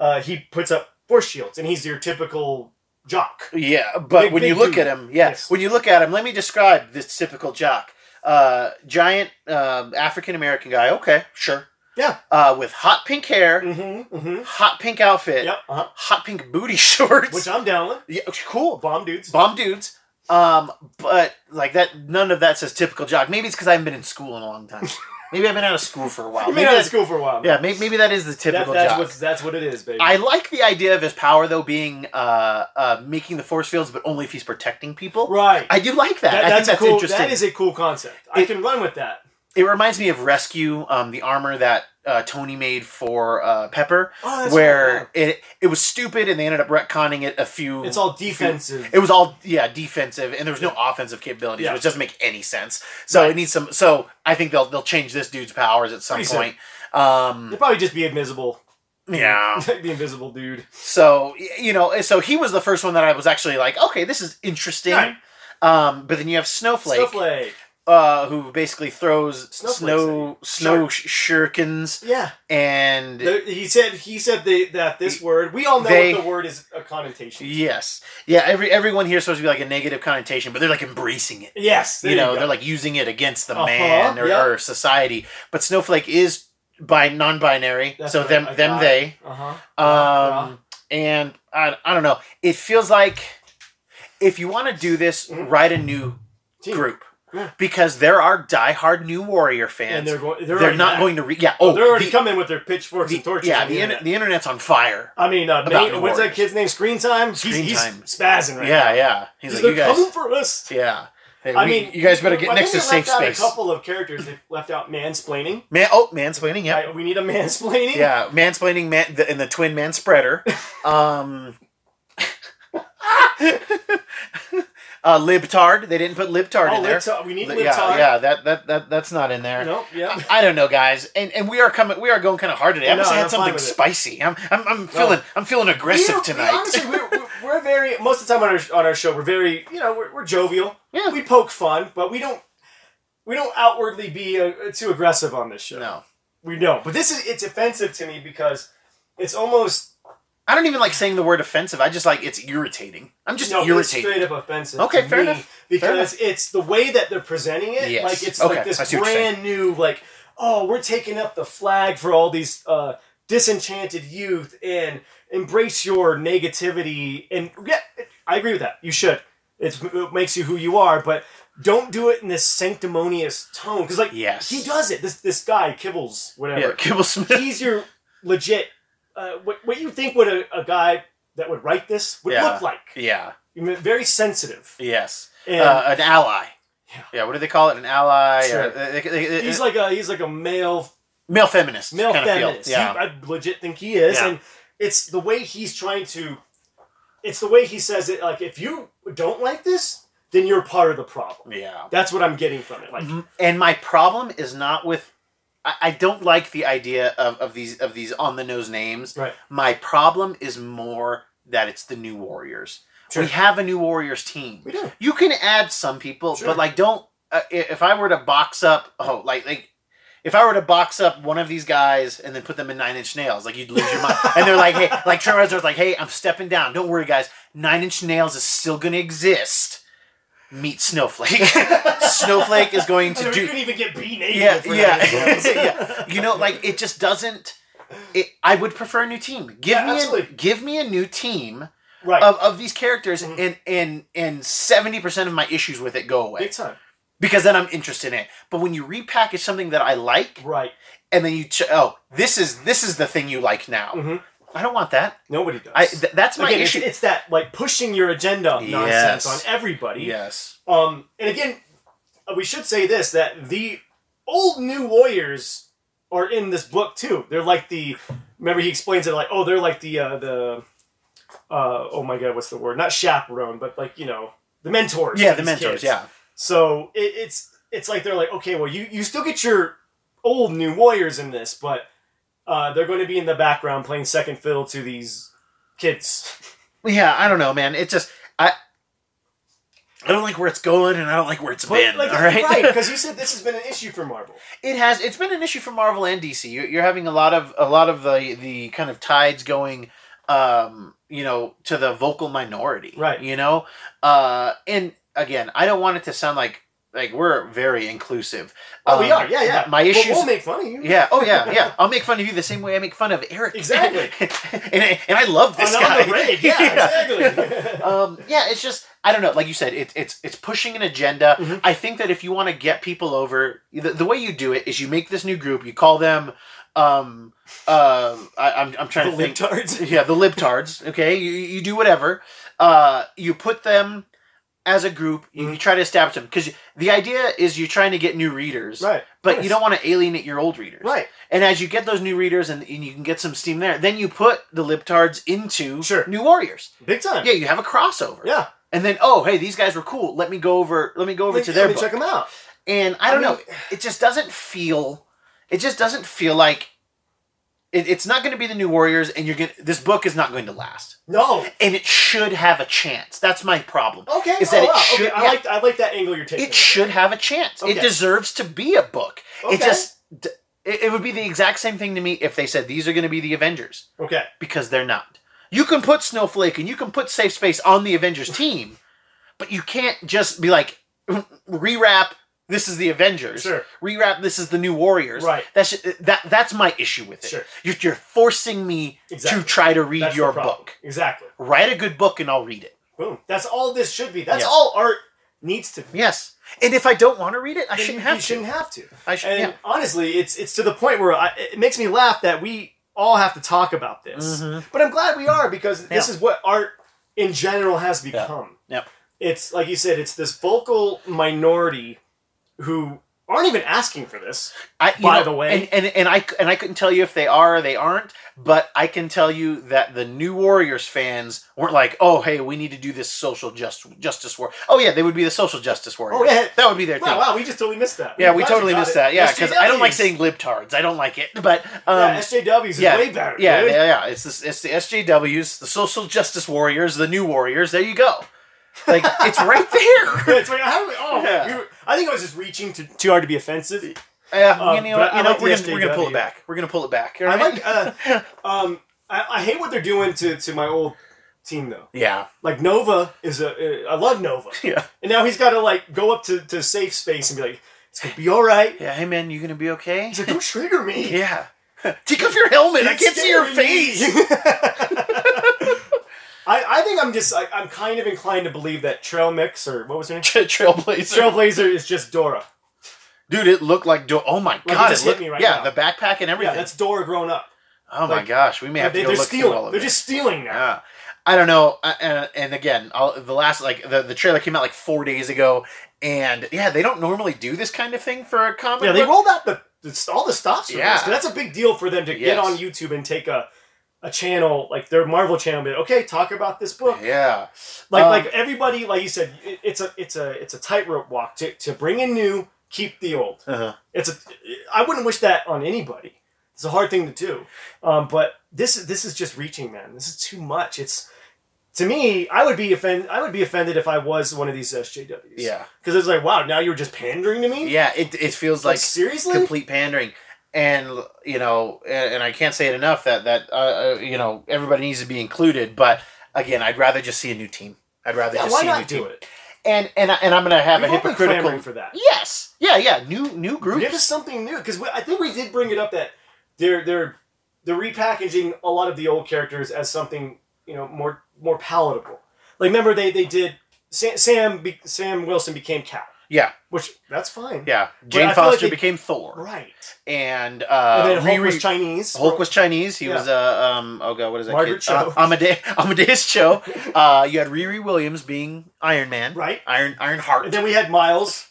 Speaker 2: uh, he puts up force shields, and he's your typical jock.
Speaker 1: Yeah. But
Speaker 2: Big-
Speaker 1: when you
Speaker 2: big
Speaker 1: look
Speaker 2: dude.
Speaker 1: at him, yeah,
Speaker 2: Yes.
Speaker 1: when you look at him, let me describe this typical jock. Uh, giant um, African American guy. Okay, sure.
Speaker 2: Yeah.
Speaker 1: Uh, with hot pink hair,
Speaker 2: Mm-hmm. Mm-hmm.
Speaker 1: hot pink outfit,
Speaker 2: Yep. Uh-huh.
Speaker 1: hot pink booty shorts.
Speaker 2: Which I'm down with.
Speaker 1: yeah, cool.
Speaker 2: Bomb dudes.
Speaker 1: bomb dudes. Um, but like that, none of that says typical jock. Maybe it's because I haven't been in school in a long time. maybe I've been out of school for a while.
Speaker 2: You've
Speaker 1: maybe
Speaker 2: been out of
Speaker 1: that's-
Speaker 2: school for a while.
Speaker 1: Yeah, maybe, maybe that is the
Speaker 2: That,
Speaker 1: typical
Speaker 2: that's
Speaker 1: jock.
Speaker 2: what that's what it is, baby.
Speaker 1: I like the idea of his power though being uh, uh, making the force fields, but only if he's protecting people.
Speaker 2: right.
Speaker 1: I do like that.
Speaker 2: That-
Speaker 1: I think
Speaker 2: that's a
Speaker 1: that's
Speaker 2: cool.
Speaker 1: interesting.
Speaker 2: That is a cool concept. I
Speaker 1: It-
Speaker 2: can run with that.
Speaker 1: it reminds me of Rescue, um, the armor that uh, Tony made for uh, Pepper,
Speaker 2: Oh, that's
Speaker 1: where it it was stupid and they ended up retconning it a few.
Speaker 2: cool. it's all defensive.
Speaker 1: It was all yeah defensive, and there was no offensive capabilities,
Speaker 2: Yeah.
Speaker 1: which doesn't make any sense. So it needs some. So I think they'll they'll change this dude's powers at some
Speaker 2: Pretty soon.
Speaker 1: point. Um,
Speaker 2: It'd probably just be invisible.
Speaker 1: yeah.
Speaker 2: the invisible dude.
Speaker 1: So y- you know, so he was the first one that I was actually like, okay, this is interesting.
Speaker 2: Right.
Speaker 1: Um, but then you have Snowflake,
Speaker 2: Snowflake.
Speaker 1: Uh, who basically throws
Speaker 2: Snowflakes
Speaker 1: snow snow shurikens,
Speaker 2: Yeah.
Speaker 1: and
Speaker 2: The- he said. He said the, that this word. We all know
Speaker 1: They-
Speaker 2: what the word is a connotation.
Speaker 1: yes, yeah, every everyone here is supposed to be like a negative connotation, but they're like embracing it.
Speaker 2: Yes. There
Speaker 1: you know,
Speaker 2: go.
Speaker 1: they're like using it against the
Speaker 2: Uh-huh,
Speaker 1: man or,
Speaker 2: yeah.
Speaker 1: or society. But Snowflake is by non-binary,
Speaker 2: That's
Speaker 1: so
Speaker 2: right,
Speaker 1: them
Speaker 2: I
Speaker 1: them
Speaker 2: got
Speaker 1: they.
Speaker 2: Uh-huh.
Speaker 1: Um,
Speaker 2: Yeah.
Speaker 1: and I, I don't know. It feels like if you want to do this,
Speaker 2: Mhm.
Speaker 1: write a new
Speaker 2: Team.
Speaker 1: group
Speaker 2: Yeah.
Speaker 1: because there are diehard New Warrior
Speaker 2: And
Speaker 1: fans.
Speaker 2: they're going. They're,
Speaker 1: they're
Speaker 2: already
Speaker 1: not
Speaker 2: back.
Speaker 1: going to read. Yeah.
Speaker 2: Oh,
Speaker 1: Oh,
Speaker 2: they're already
Speaker 1: the,
Speaker 2: coming with their pitchforks
Speaker 1: the-
Speaker 2: and torches.
Speaker 1: yeah.
Speaker 2: on
Speaker 1: The,
Speaker 2: internet.
Speaker 1: inter- the internet's on fire.
Speaker 2: I mean, uh,
Speaker 1: About
Speaker 2: Ma-
Speaker 1: New
Speaker 2: what's that
Speaker 1: Warriors.
Speaker 2: kid's name? Screen time.
Speaker 1: Screen
Speaker 2: he's,
Speaker 1: Time.
Speaker 2: He's spazzing right now.
Speaker 1: yeah, yeah. He's,
Speaker 2: He's,
Speaker 1: like,
Speaker 2: like,
Speaker 1: you guys.
Speaker 2: coming for us.
Speaker 1: Yeah. Hey,
Speaker 2: I
Speaker 1: we-
Speaker 2: mean,
Speaker 1: you guys better get
Speaker 2: I
Speaker 1: next to
Speaker 2: think they
Speaker 1: safe
Speaker 2: left out
Speaker 1: space.
Speaker 2: A couple of characters they left out mansplaining.
Speaker 1: Man, oh, mansplaining. Yeah,
Speaker 2: Right, we need a mansplaining.
Speaker 1: yeah, mansplaining. Man, the, and the twin man spreader. Um, uh, libtard. They didn't put libtard
Speaker 2: Oh,
Speaker 1: in there.
Speaker 2: Lipta- we need
Speaker 1: Li- yeah,
Speaker 2: Liptard.
Speaker 1: yeah, that, that that that's not in there.
Speaker 2: No, yeah.
Speaker 1: I- I don't know, guys, and and we are coming. We are going kind of hard today. I
Speaker 2: No,
Speaker 1: must have
Speaker 2: I'm
Speaker 1: had
Speaker 2: fine
Speaker 1: something
Speaker 2: with it.
Speaker 1: spicy. I'm I'm, I'm feeling I'm feeling aggressive
Speaker 2: We're-
Speaker 1: tonight.
Speaker 2: Honestly, we're, we're- we're very most of the time on our on our show we're very you know we're, we're jovial.
Speaker 1: Yeah.
Speaker 2: We poke fun, but we don't we don't outwardly be uh, too aggressive on this show.
Speaker 1: no,
Speaker 2: We don't. But this is it's offensive to me because it's almost
Speaker 1: I don't even like saying the word offensive. I just like it's irritating. I'm just
Speaker 2: no, It's
Speaker 1: irritated.
Speaker 2: straight up offensive.
Speaker 1: Okay,
Speaker 2: to
Speaker 1: fair
Speaker 2: me
Speaker 1: enough.
Speaker 2: Because
Speaker 1: Fair enough.
Speaker 2: it's the way that they're presenting it.
Speaker 1: Yes.
Speaker 2: Like it's
Speaker 1: Okay,
Speaker 2: like this
Speaker 1: I see what you're saying.
Speaker 2: brand new like oh we're taking up the flag for all these uh, disenchanted youth and embrace your negativity and yeah I agree with that. You should. It's, it makes you who you are, but don't do it in this sanctimonious tone. Because like
Speaker 1: Yes.
Speaker 2: he does it. This this guy Kibbles
Speaker 1: Yeah,
Speaker 2: whatever.
Speaker 1: Kibble Smith.
Speaker 2: He's your legit. Uh, what what you think would a, a guy that would write this would
Speaker 1: Yeah.
Speaker 2: look like?
Speaker 1: Yeah.
Speaker 2: You mean, very sensitive.
Speaker 1: Yes.
Speaker 2: And
Speaker 1: uh, an ally.
Speaker 2: Yeah.
Speaker 1: Yeah. What do they call it? An ally.
Speaker 2: Sure.
Speaker 1: uh, they- they- they-
Speaker 2: he's like a he's like a male
Speaker 1: male feminist.
Speaker 2: male
Speaker 1: kind
Speaker 2: feminist.
Speaker 1: Of feel. Yeah.
Speaker 2: He- I legit think he is,
Speaker 1: Yeah.
Speaker 2: and it's the way he's trying to. It's the way he says it. Like, if you don't like this, then you're part of the problem.
Speaker 1: yeah.
Speaker 2: That's what I'm getting from it. Like,
Speaker 1: M- Mm-hmm. And my problem is not with. I, I don't like the idea of, of these of these on the nose names.
Speaker 2: right?
Speaker 1: My problem is more that it's the new Warriors.
Speaker 2: Sure.
Speaker 1: We have a new Warriors team.
Speaker 2: We do.
Speaker 1: You can add some people,
Speaker 2: Sure.
Speaker 1: but like don't. Uh, i- if I were to box up, oh, like like. If I were to box up one of these guys and then put them in Nine Inch Nails, like you'd lose your mind. And they're like, "Hey, like Trent Reznor's like, hey, I'm stepping down. Don't worry, guys. Nine Inch Nails is still gonna exist. Meet Snowflake. Snowflake is going
Speaker 2: I
Speaker 1: to
Speaker 2: mean,
Speaker 1: do
Speaker 2: you could even get B named.
Speaker 1: yeah,
Speaker 2: for
Speaker 1: yeah,
Speaker 2: that.
Speaker 1: yeah. You know, like it just doesn't. It, I would prefer a new team. Give
Speaker 2: Yeah,
Speaker 1: me
Speaker 2: absolutely.
Speaker 1: a, give me a new team
Speaker 2: right.
Speaker 1: of, of these characters,
Speaker 2: Mhm.
Speaker 1: and and and seventy percent of my issues with it go away
Speaker 2: Big time.
Speaker 1: because then I'm interested in it. But when you repackage something that I like,
Speaker 2: Right.
Speaker 1: and then you ch- oh this is this is the thing you like now.
Speaker 2: Mhm.
Speaker 1: I don't want that.
Speaker 2: Nobody does.
Speaker 1: I th- that's my
Speaker 2: Again, it's,
Speaker 1: issue.
Speaker 2: it's that like pushing your agenda nonsense
Speaker 1: Yes.
Speaker 2: on everybody.
Speaker 1: yes.
Speaker 2: Um, and again, uh, we should say this that the old new warriors are in this book too. They're like the remember he explains it like oh they're like the uh, the uh, oh my god what's the word not chaperone but like you know the mentors.
Speaker 1: Yeah,
Speaker 2: to
Speaker 1: the
Speaker 2: these
Speaker 1: mentors.
Speaker 2: kids.
Speaker 1: Yeah.
Speaker 2: So it, it's it's like they're like okay well you you still get your old new warriors in this but uh, they're going to be in the background playing second fiddle to these kids.
Speaker 1: Yeah. I don't know, man. It just I. I don't like where it's going, and I don't like where it's been. all right.
Speaker 2: because uh, you said this has been an issue for Marvel.
Speaker 1: It has. It's been an issue for Marvel and DC. You're, you're having a lot of a lot of the the kind of tides going, um, you know, to the vocal minority,
Speaker 2: Right.
Speaker 1: You know, uh, and again, I don't want it to sound like like we're very inclusive.
Speaker 2: Oh, we
Speaker 1: Um,
Speaker 2: are. Yeah, yeah.
Speaker 1: My
Speaker 2: Well,
Speaker 1: issues.
Speaker 2: we'll make fun of you.
Speaker 1: yeah. Oh, yeah. Yeah. I'll make fun of you the same way I make fun of Eric.
Speaker 2: Exactly.
Speaker 1: and, I, and I love this
Speaker 2: And on
Speaker 1: guy.
Speaker 2: the raid. Yeah, exactly.
Speaker 1: um, yeah, it's just I don't know. Like you said, it, it's it's pushing an agenda.
Speaker 2: Mhm.
Speaker 1: I think that if you want to get people over, the, the way you do it is you make this new group. You call them. Um, uh, I, I'm I'm trying to think.
Speaker 2: libtards.
Speaker 1: Yeah, the libtards. Okay, you you do whatever. Uh, you put them as a group. You,
Speaker 2: Mm-hmm.
Speaker 1: you try to establish them because the idea is you're trying to get new readers,
Speaker 2: Right.
Speaker 1: but
Speaker 2: Yes.
Speaker 1: you don't want to alienate your old readers,
Speaker 2: Right.
Speaker 1: And as you get those new readers and, and you can get some steam there, then you put the libtards into
Speaker 2: Sure.
Speaker 1: new warriors.
Speaker 2: Big time.
Speaker 1: Yeah, you have a crossover.
Speaker 2: Yeah.
Speaker 1: And then, oh, hey, these guys were cool. Let me go over. Let me go over
Speaker 2: Let
Speaker 1: to
Speaker 2: me-
Speaker 1: their
Speaker 2: let me
Speaker 1: book.
Speaker 2: check them out.
Speaker 1: and I don't
Speaker 2: I
Speaker 1: know. It just doesn't feel. It just doesn't feel like. It, it's not going to be the new Warriors, and you're going. to This book is not going to last,
Speaker 2: No.
Speaker 1: and it should have a chance. That's my problem.
Speaker 2: Okay.
Speaker 1: Is that
Speaker 2: oh,
Speaker 1: it
Speaker 2: wow.
Speaker 1: should-
Speaker 2: okay. I
Speaker 1: yeah.
Speaker 2: like I like that angle you're taking.
Speaker 1: It should have a chance.
Speaker 2: Okay.
Speaker 1: It deserves to be a book.
Speaker 2: Okay.
Speaker 1: It just. d- It, it would be the exact same thing to me if they said these are going to be the Avengers
Speaker 2: Okay.
Speaker 1: because they're not. You can put Snowflake and you can put Safe Space on the Avengers team, but you can't just be like rewrap. This is the Avengers.
Speaker 2: Sure.
Speaker 1: Rewrap. This is the New Warriors.
Speaker 2: Right.
Speaker 1: That's that. That's my issue with it.
Speaker 2: Sure.
Speaker 1: You're, you're forcing me
Speaker 2: Exactly.
Speaker 1: to try to read
Speaker 2: That's the
Speaker 1: your
Speaker 2: problem.
Speaker 1: book.
Speaker 2: Exactly.
Speaker 1: Write a good book and I'll read it.
Speaker 2: Boom. That's all this should be. That's
Speaker 1: Yeah.
Speaker 2: all art needs to be.
Speaker 1: Yes. And if I don't want to read it, I
Speaker 2: Then
Speaker 1: shouldn't
Speaker 2: you-
Speaker 1: have
Speaker 2: you
Speaker 1: to.
Speaker 2: shouldn't have to.
Speaker 1: I should.
Speaker 2: And
Speaker 1: yeah.
Speaker 2: honestly, it's it's to the point where I, it makes me laugh that we all have to talk about this.
Speaker 1: Mhm.
Speaker 2: But I'm glad we are because this
Speaker 1: Yeah.
Speaker 2: is what art in general has become.
Speaker 1: Yep.
Speaker 2: It's like you said, it's this vocal minority who aren't even asking for this.
Speaker 1: I, you
Speaker 2: By
Speaker 1: know,
Speaker 2: the way-
Speaker 1: and, and and I and I couldn't tell you if they are or they aren't, but I can tell you that the new Warriors fans weren't like, "Oh, hey, we need to do this social just justice war." Oh yeah, they would be the social justice warriors.
Speaker 2: Oh, yeah.
Speaker 1: that would be their
Speaker 2: Wow,
Speaker 1: thing.
Speaker 2: wow, we just totally missed that.
Speaker 1: Yeah, we
Speaker 2: Glad you
Speaker 1: totally
Speaker 2: got
Speaker 1: missed
Speaker 2: it.
Speaker 1: that. Yeah, because I don't like saying
Speaker 2: SJWs.
Speaker 1: libtards. I don't like it, but um,
Speaker 2: yeah, SJWs is
Speaker 1: yeah,
Speaker 2: way better.
Speaker 1: yeah,
Speaker 2: dude.
Speaker 1: yeah, yeah. It's this, it's the SJWs, the social justice warriors, the new warriors. There you go. Like it's right there.
Speaker 2: It's like, how do we, oh,
Speaker 1: Yeah.
Speaker 2: we were- I think I was just reaching to, too hard to be offensive.
Speaker 1: Yeah,
Speaker 2: Um,
Speaker 1: you know, what,
Speaker 2: but I
Speaker 1: you know,
Speaker 2: like the
Speaker 1: we're, gonna, we're gonna pull it
Speaker 2: SJW.
Speaker 1: back. We're gonna pull it back.
Speaker 2: I
Speaker 1: alright?
Speaker 2: like, uh, um, I, I hate what they're doing to, to my old team though.
Speaker 1: yeah,
Speaker 2: Like Nova is a, uh, I love Nova.
Speaker 1: yeah.
Speaker 2: And now he's got to like go up to, to safe space and be like, it's gonna be all right.
Speaker 1: Yeah, hey man, you gonna be okay?
Speaker 2: He's like, don't trigger me.
Speaker 1: Yeah. Take off your helmet. I can't see your
Speaker 2: Scaring me.
Speaker 1: face.
Speaker 2: I, I I think I'm just I, I'm kind of inclined to believe that Trail Mix or what was her name?
Speaker 1: Trailblazer.
Speaker 2: Trailblazer is just Dora.
Speaker 1: Dude, it looked like do- oh my
Speaker 2: it
Speaker 1: god!
Speaker 2: just
Speaker 1: it
Speaker 2: hit
Speaker 1: looked,
Speaker 2: me right
Speaker 1: yeah,
Speaker 2: now.
Speaker 1: the backpack and everything.
Speaker 2: Yeah, that's Dora grown up.
Speaker 1: oh my
Speaker 2: like-
Speaker 1: gosh, we may have
Speaker 2: they,
Speaker 1: to go
Speaker 2: are
Speaker 1: look
Speaker 2: stealing.
Speaker 1: through all of
Speaker 2: they're
Speaker 1: it.
Speaker 2: just stealing now.
Speaker 1: Yeah. I don't know, I- and, and again, I'll, the last like the, the trailer came out like four days ago, and yeah, they don't normally do this kind of thing for a comic.
Speaker 2: Yeah, they
Speaker 1: book.
Speaker 2: rolled out the, the all the stops for
Speaker 1: Yeah.
Speaker 2: this. 'cause That's a big deal for them to get
Speaker 1: Yes.
Speaker 2: on YouTube and take a a channel like their Marvel channel. And be like, okay, talk about this book.
Speaker 1: Yeah,
Speaker 2: Like
Speaker 1: Um,
Speaker 2: like everybody, like you said, it, it's a it's a it's a tightrope walk to to bring in new, keep the old.
Speaker 1: uh-huh.
Speaker 2: It's a I wouldn't wish that on anybody. It's a hard thing to do, um, but this this is just reaching, man. This is too much. It's to me, I would be offend. I would be offended if I was one of these SJWs.
Speaker 1: yeah,
Speaker 2: because it's like, wow, now you're just pandering to me.
Speaker 1: yeah. It it feels
Speaker 2: like
Speaker 1: like
Speaker 2: seriously.
Speaker 1: complete pandering and you know and, and i can't say it enough that that uh, uh, you know everybody needs to be included but again i'd rather just see a new team i'd rather
Speaker 2: yeah,
Speaker 1: just
Speaker 2: why
Speaker 1: see a new
Speaker 2: not
Speaker 1: team
Speaker 2: do it?
Speaker 1: and and, I, and i'm gonna have
Speaker 2: We've
Speaker 1: a
Speaker 2: all been clamoring
Speaker 1: hypocritical
Speaker 2: for that.
Speaker 1: yes yeah yeah new new groups
Speaker 2: Give us something new because I think we did bring it up that they're they're they're repackaging a lot of the old characters as something you know more more palatable. Like remember they they did Sam Sam, be, Sam Wilson became Cap,
Speaker 1: yeah
Speaker 2: which that's fine.
Speaker 1: yeah
Speaker 2: I
Speaker 1: jane
Speaker 2: feel
Speaker 1: foster
Speaker 2: like they-
Speaker 1: became thor
Speaker 2: Right.
Speaker 1: and uh
Speaker 2: and then Hulk
Speaker 1: Riri-
Speaker 2: was Chinese.
Speaker 1: Hulk was Chinese. He
Speaker 2: Yeah.
Speaker 1: was uh, um oh god what is that
Speaker 2: Margaret
Speaker 1: kid? Uh,
Speaker 2: Cho.
Speaker 1: Amadeus Amadeus Cho. Uh, you had Riri Williams being Iron Man,
Speaker 2: right.
Speaker 1: Iron Iron Heart.
Speaker 2: And then we had Miles,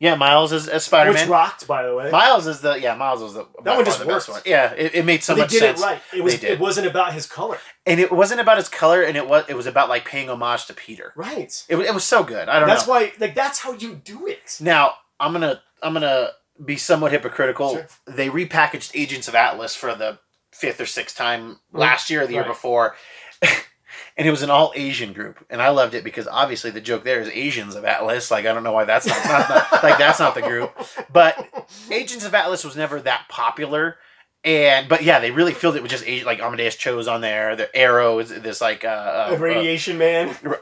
Speaker 1: yeah, Miles as, as Spider Man.
Speaker 2: which rocked by the way.
Speaker 1: Miles is the yeah. Miles was the by far
Speaker 2: one just
Speaker 1: the best
Speaker 2: worked.
Speaker 1: one. Yeah, it, it made so
Speaker 2: they
Speaker 1: much
Speaker 2: did
Speaker 1: sense,
Speaker 2: it right. It was
Speaker 1: They did.
Speaker 2: it wasn't about his color.
Speaker 1: and it wasn't about his color, and it was it was about like paying homage to Peter.
Speaker 2: Right.
Speaker 1: It, wa- it was so good. I don't
Speaker 2: That's
Speaker 1: know.
Speaker 2: why like that's how you do it.
Speaker 1: now I'm gonna I'm gonna be somewhat hypocritical.
Speaker 2: Sure.
Speaker 1: They repackaged Agents of Atlas for the fifth or sixth time
Speaker 2: Mhm.
Speaker 1: last year or the year
Speaker 2: Right.
Speaker 1: before. And it was an all Asian group, and I loved it because obviously the joke there is Asians of Atlas. Like I don't know why that's not, not the, like that's not the group, but Agents of Atlas was never that popular, and but yeah, they really filled it with just Asi- like Amadeus Cho's on there. The Arrow is this like uh, uh,
Speaker 2: A radiation man.
Speaker 1: uh,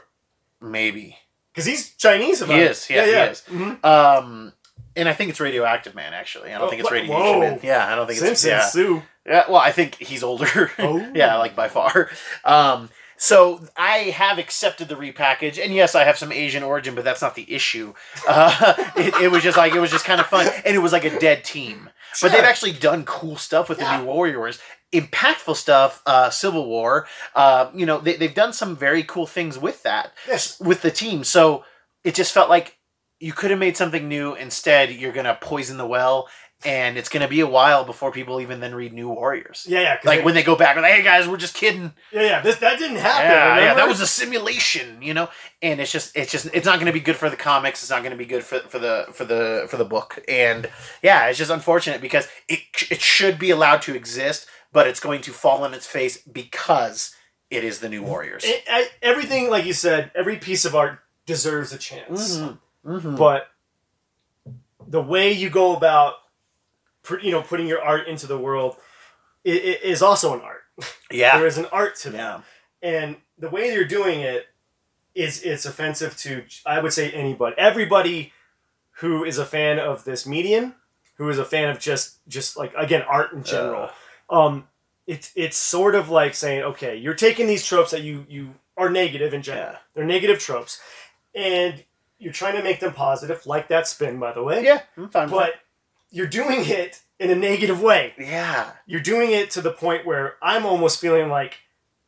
Speaker 1: maybe,
Speaker 2: Because he's Chinese about
Speaker 1: He
Speaker 2: it.
Speaker 1: is, yeah, he is.
Speaker 2: Mhm.
Speaker 1: um, and I think it's Radioactive Man actually. I don't
Speaker 2: Oh,
Speaker 1: think it's
Speaker 2: what-
Speaker 1: Radiation
Speaker 2: whoa.
Speaker 1: Man. Yeah, I don't think
Speaker 2: Simpson
Speaker 1: it's
Speaker 2: Sue.
Speaker 1: yeah. yeah. Well, I think he's older.
Speaker 2: Oh.
Speaker 1: yeah, like by far. Um, so I have accepted the repackage, and yes, I have some Asian origin, but that's not the issue. Uh, it, it was just like it was just kind of fun, and it was like a dead team.
Speaker 2: Sure.
Speaker 1: But they've actually done cool stuff with
Speaker 2: Yeah.
Speaker 1: the New Warriors, impactful stuff. Uh, Civil War, uh, you know, they, they've done some very cool things with that
Speaker 2: Yes.
Speaker 1: with the team. So it just felt like you could have made something new. Instead, you're gonna poison the well, and it's gonna be a while before people even then read New Warriors.
Speaker 2: Yeah, yeah. 'cause
Speaker 1: Like
Speaker 2: they-
Speaker 1: when they go back, like, hey guys, we're just kidding.
Speaker 2: yeah, yeah. This, that didn't happen.
Speaker 1: Yeah, yeah,
Speaker 2: remember?
Speaker 1: that was a simulation, you know. And it's just, it's just, it's not going to be good for the comics. It's not going to be good for for the for the for the book. And yeah, it's just unfortunate because it it should be allowed to exist, but it's going to fall on its face because it is the New Warriors.
Speaker 2: It- I- everything like you said. Every piece of art deserves a chance,
Speaker 1: Mhm. Mhm.
Speaker 2: but the way you go about, pr- you know, putting your art into the world, i i is also an art.
Speaker 1: Yeah,
Speaker 2: There is an art to that,
Speaker 1: yeah,
Speaker 2: and the way you're doing it is it's offensive to I would say anybody, everybody who is a fan of this medium, who is a fan of just just like again art in general. um it's it's sort of like saying okay you're taking these tropes that you you are negative in general
Speaker 1: Yeah.
Speaker 2: they're negative tropes and you're trying to make them positive like that spin by the way
Speaker 1: yeah. I'm fine. with
Speaker 2: but you're doing it in a negative way
Speaker 1: it. yeah,
Speaker 2: you're doing it to the point where i'm almost feeling like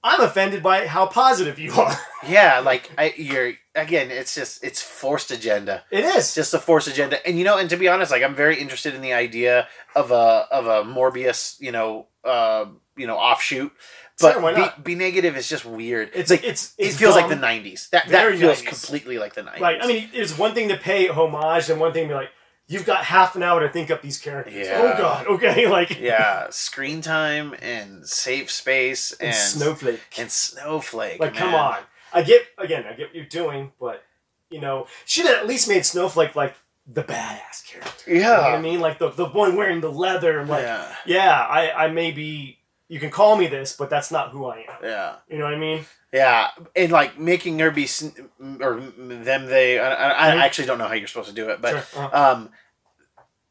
Speaker 2: i'm offended by how positive you are
Speaker 1: yeah. Like I, you're again. It's just it's forced agenda.
Speaker 2: it is
Speaker 1: It's just a forced agenda, and you know, and to be honest, like I'm very interested in the idea of a of a Morbius, you know, uh, you know, offshoot. But
Speaker 2: Sure, why not?
Speaker 1: B, B negative is just weird.
Speaker 2: it's
Speaker 1: like
Speaker 2: it's,
Speaker 1: it
Speaker 2: it's
Speaker 1: feels
Speaker 2: dumb.
Speaker 1: like the '90s. That
Speaker 2: Very
Speaker 1: that feels
Speaker 2: 90s.
Speaker 1: completely like the '90s.
Speaker 2: Right. I mean, it's one thing to pay homage and one thing to be like, you've got half an hour to think up these characters.
Speaker 1: Yeah.
Speaker 2: Oh God. Okay. Like
Speaker 1: yeah, screen time and safe space and
Speaker 2: and Snowflake.
Speaker 1: and snowflake.
Speaker 2: like, come
Speaker 1: man.
Speaker 2: on. I get again. I get what you're doing, but you know, should have at least made Snowflake like the badass character.
Speaker 1: Yeah.
Speaker 2: You know what I mean, like the the one wearing the leather. and like, yeah,
Speaker 1: yeah,
Speaker 2: I I may be. You can call me this, but that's not who I am.
Speaker 1: yeah.
Speaker 2: You know what I mean?
Speaker 1: Yeah, and like making her be sn- or them they. I, I, I actually don't know how you're supposed to do it, but
Speaker 2: Sure. Uh,
Speaker 1: um,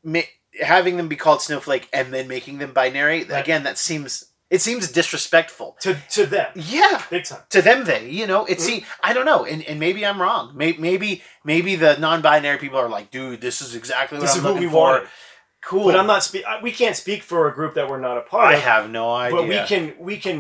Speaker 1: ma- having them be called snowflake and then making them binary
Speaker 2: Right.
Speaker 1: again that seems It seems disrespectful.
Speaker 2: to to them
Speaker 1: Yeah,
Speaker 2: big time.
Speaker 1: to them they you know
Speaker 2: Mm.
Speaker 1: it's see i don't know and, and maybe i'm wrong maybe maybe maybe the non-binary people are like dude this is exactly what
Speaker 2: This
Speaker 1: i'm
Speaker 2: is who
Speaker 1: looking
Speaker 2: we
Speaker 1: for
Speaker 2: wanted.
Speaker 1: cool
Speaker 2: But I'm not speak. I- We can't speak for a group that we're not a part
Speaker 1: i
Speaker 2: of.
Speaker 1: have no idea
Speaker 2: but we can we can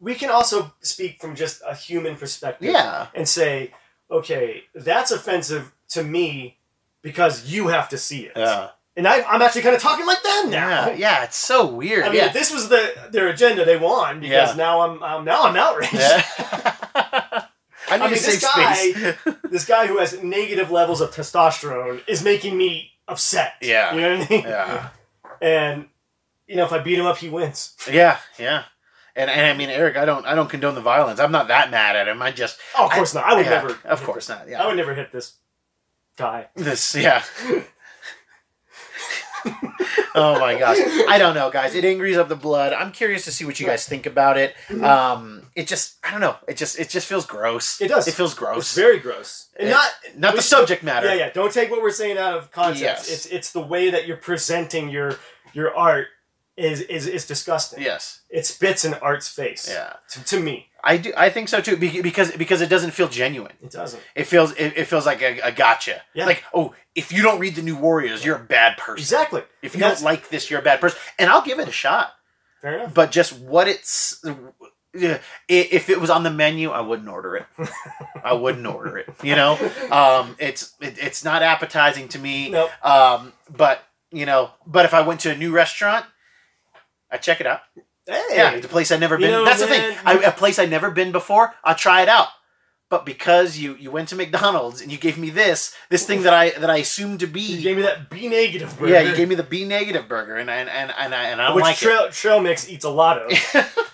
Speaker 2: we can also speak from just a human perspective.
Speaker 1: yeah
Speaker 2: and say, okay, that's offensive to me because you have to see it.
Speaker 1: yeah
Speaker 2: And I, I'm actually kind of talking like them now.
Speaker 1: yeah yeah it's so weird
Speaker 2: I mean,
Speaker 1: yeah
Speaker 2: if this was the their agenda they won because
Speaker 1: Yeah.
Speaker 2: now I'm, I'm now I'm outraged.
Speaker 1: Yeah. I need
Speaker 2: mean,
Speaker 1: a
Speaker 2: this
Speaker 1: safe
Speaker 2: guy-
Speaker 1: space.
Speaker 2: this guy who has negative levels of testosterone is making me upset.
Speaker 1: Yeah.
Speaker 2: you know what I mean.
Speaker 1: yeah,
Speaker 2: And you know, if I beat him up, he wins.
Speaker 1: yeah, yeah, and and I mean, Eric, I don't, I don't condone the violence. I'm not that mad at him. I just,
Speaker 2: Oh, of course not. I would
Speaker 1: yeah,
Speaker 2: never.
Speaker 1: of course not. Yeah,
Speaker 2: I would never hit this guy.
Speaker 1: This, yeah. oh my gosh, I don't know, guys. It angries up the blood. I'm curious to see what you guys think about it.
Speaker 2: Mm-hmm.
Speaker 1: Um, it just, I don't know. It just, it just feels gross.
Speaker 2: It does.
Speaker 1: It feels
Speaker 2: It's
Speaker 1: gross.
Speaker 2: very gross. And
Speaker 1: Yeah.
Speaker 2: not
Speaker 1: Not
Speaker 2: we-
Speaker 1: the subject matter.
Speaker 2: Yeah, yeah. Don't take what we're saying out of context.
Speaker 1: Yes.
Speaker 2: It's it's the way that you're presenting your your art is is, is disgusting.
Speaker 1: Yes.
Speaker 2: It spits in art's face.
Speaker 1: Yeah.
Speaker 2: To, to me,
Speaker 1: I do. I think so too. be- Because because it doesn't feel genuine.
Speaker 2: it doesn't.
Speaker 1: It feels it, it feels like a, a gotcha.
Speaker 2: Yeah.
Speaker 1: Like oh, if you don't read the New Warriors, you're a bad person.
Speaker 2: Exactly.
Speaker 1: If you
Speaker 2: That's-
Speaker 1: don't like this, you're a bad person. And I'll give it a shot.
Speaker 2: Fair enough.
Speaker 1: but just what it's yeah, i- if it was on the menu i wouldn't order it i wouldn't order it you know um it's it, it's not appetizing to me
Speaker 2: Nope.
Speaker 1: um but you know but if i went to a new restaurant i check it out
Speaker 2: Hey.
Speaker 1: yeah it's a place i've never
Speaker 2: You
Speaker 1: been
Speaker 2: know,
Speaker 1: that's the
Speaker 2: man,
Speaker 1: thing I, a place i've never been before i'll try it out but because you you went to mcdonald's and you gave me this this thing that i that i assumed to
Speaker 2: You
Speaker 1: be
Speaker 2: gave me that B negative burger.
Speaker 1: yeah you gave me the b negative burger and and and, and i and i don't
Speaker 2: which
Speaker 1: like
Speaker 2: trail trail mix eats a lot of.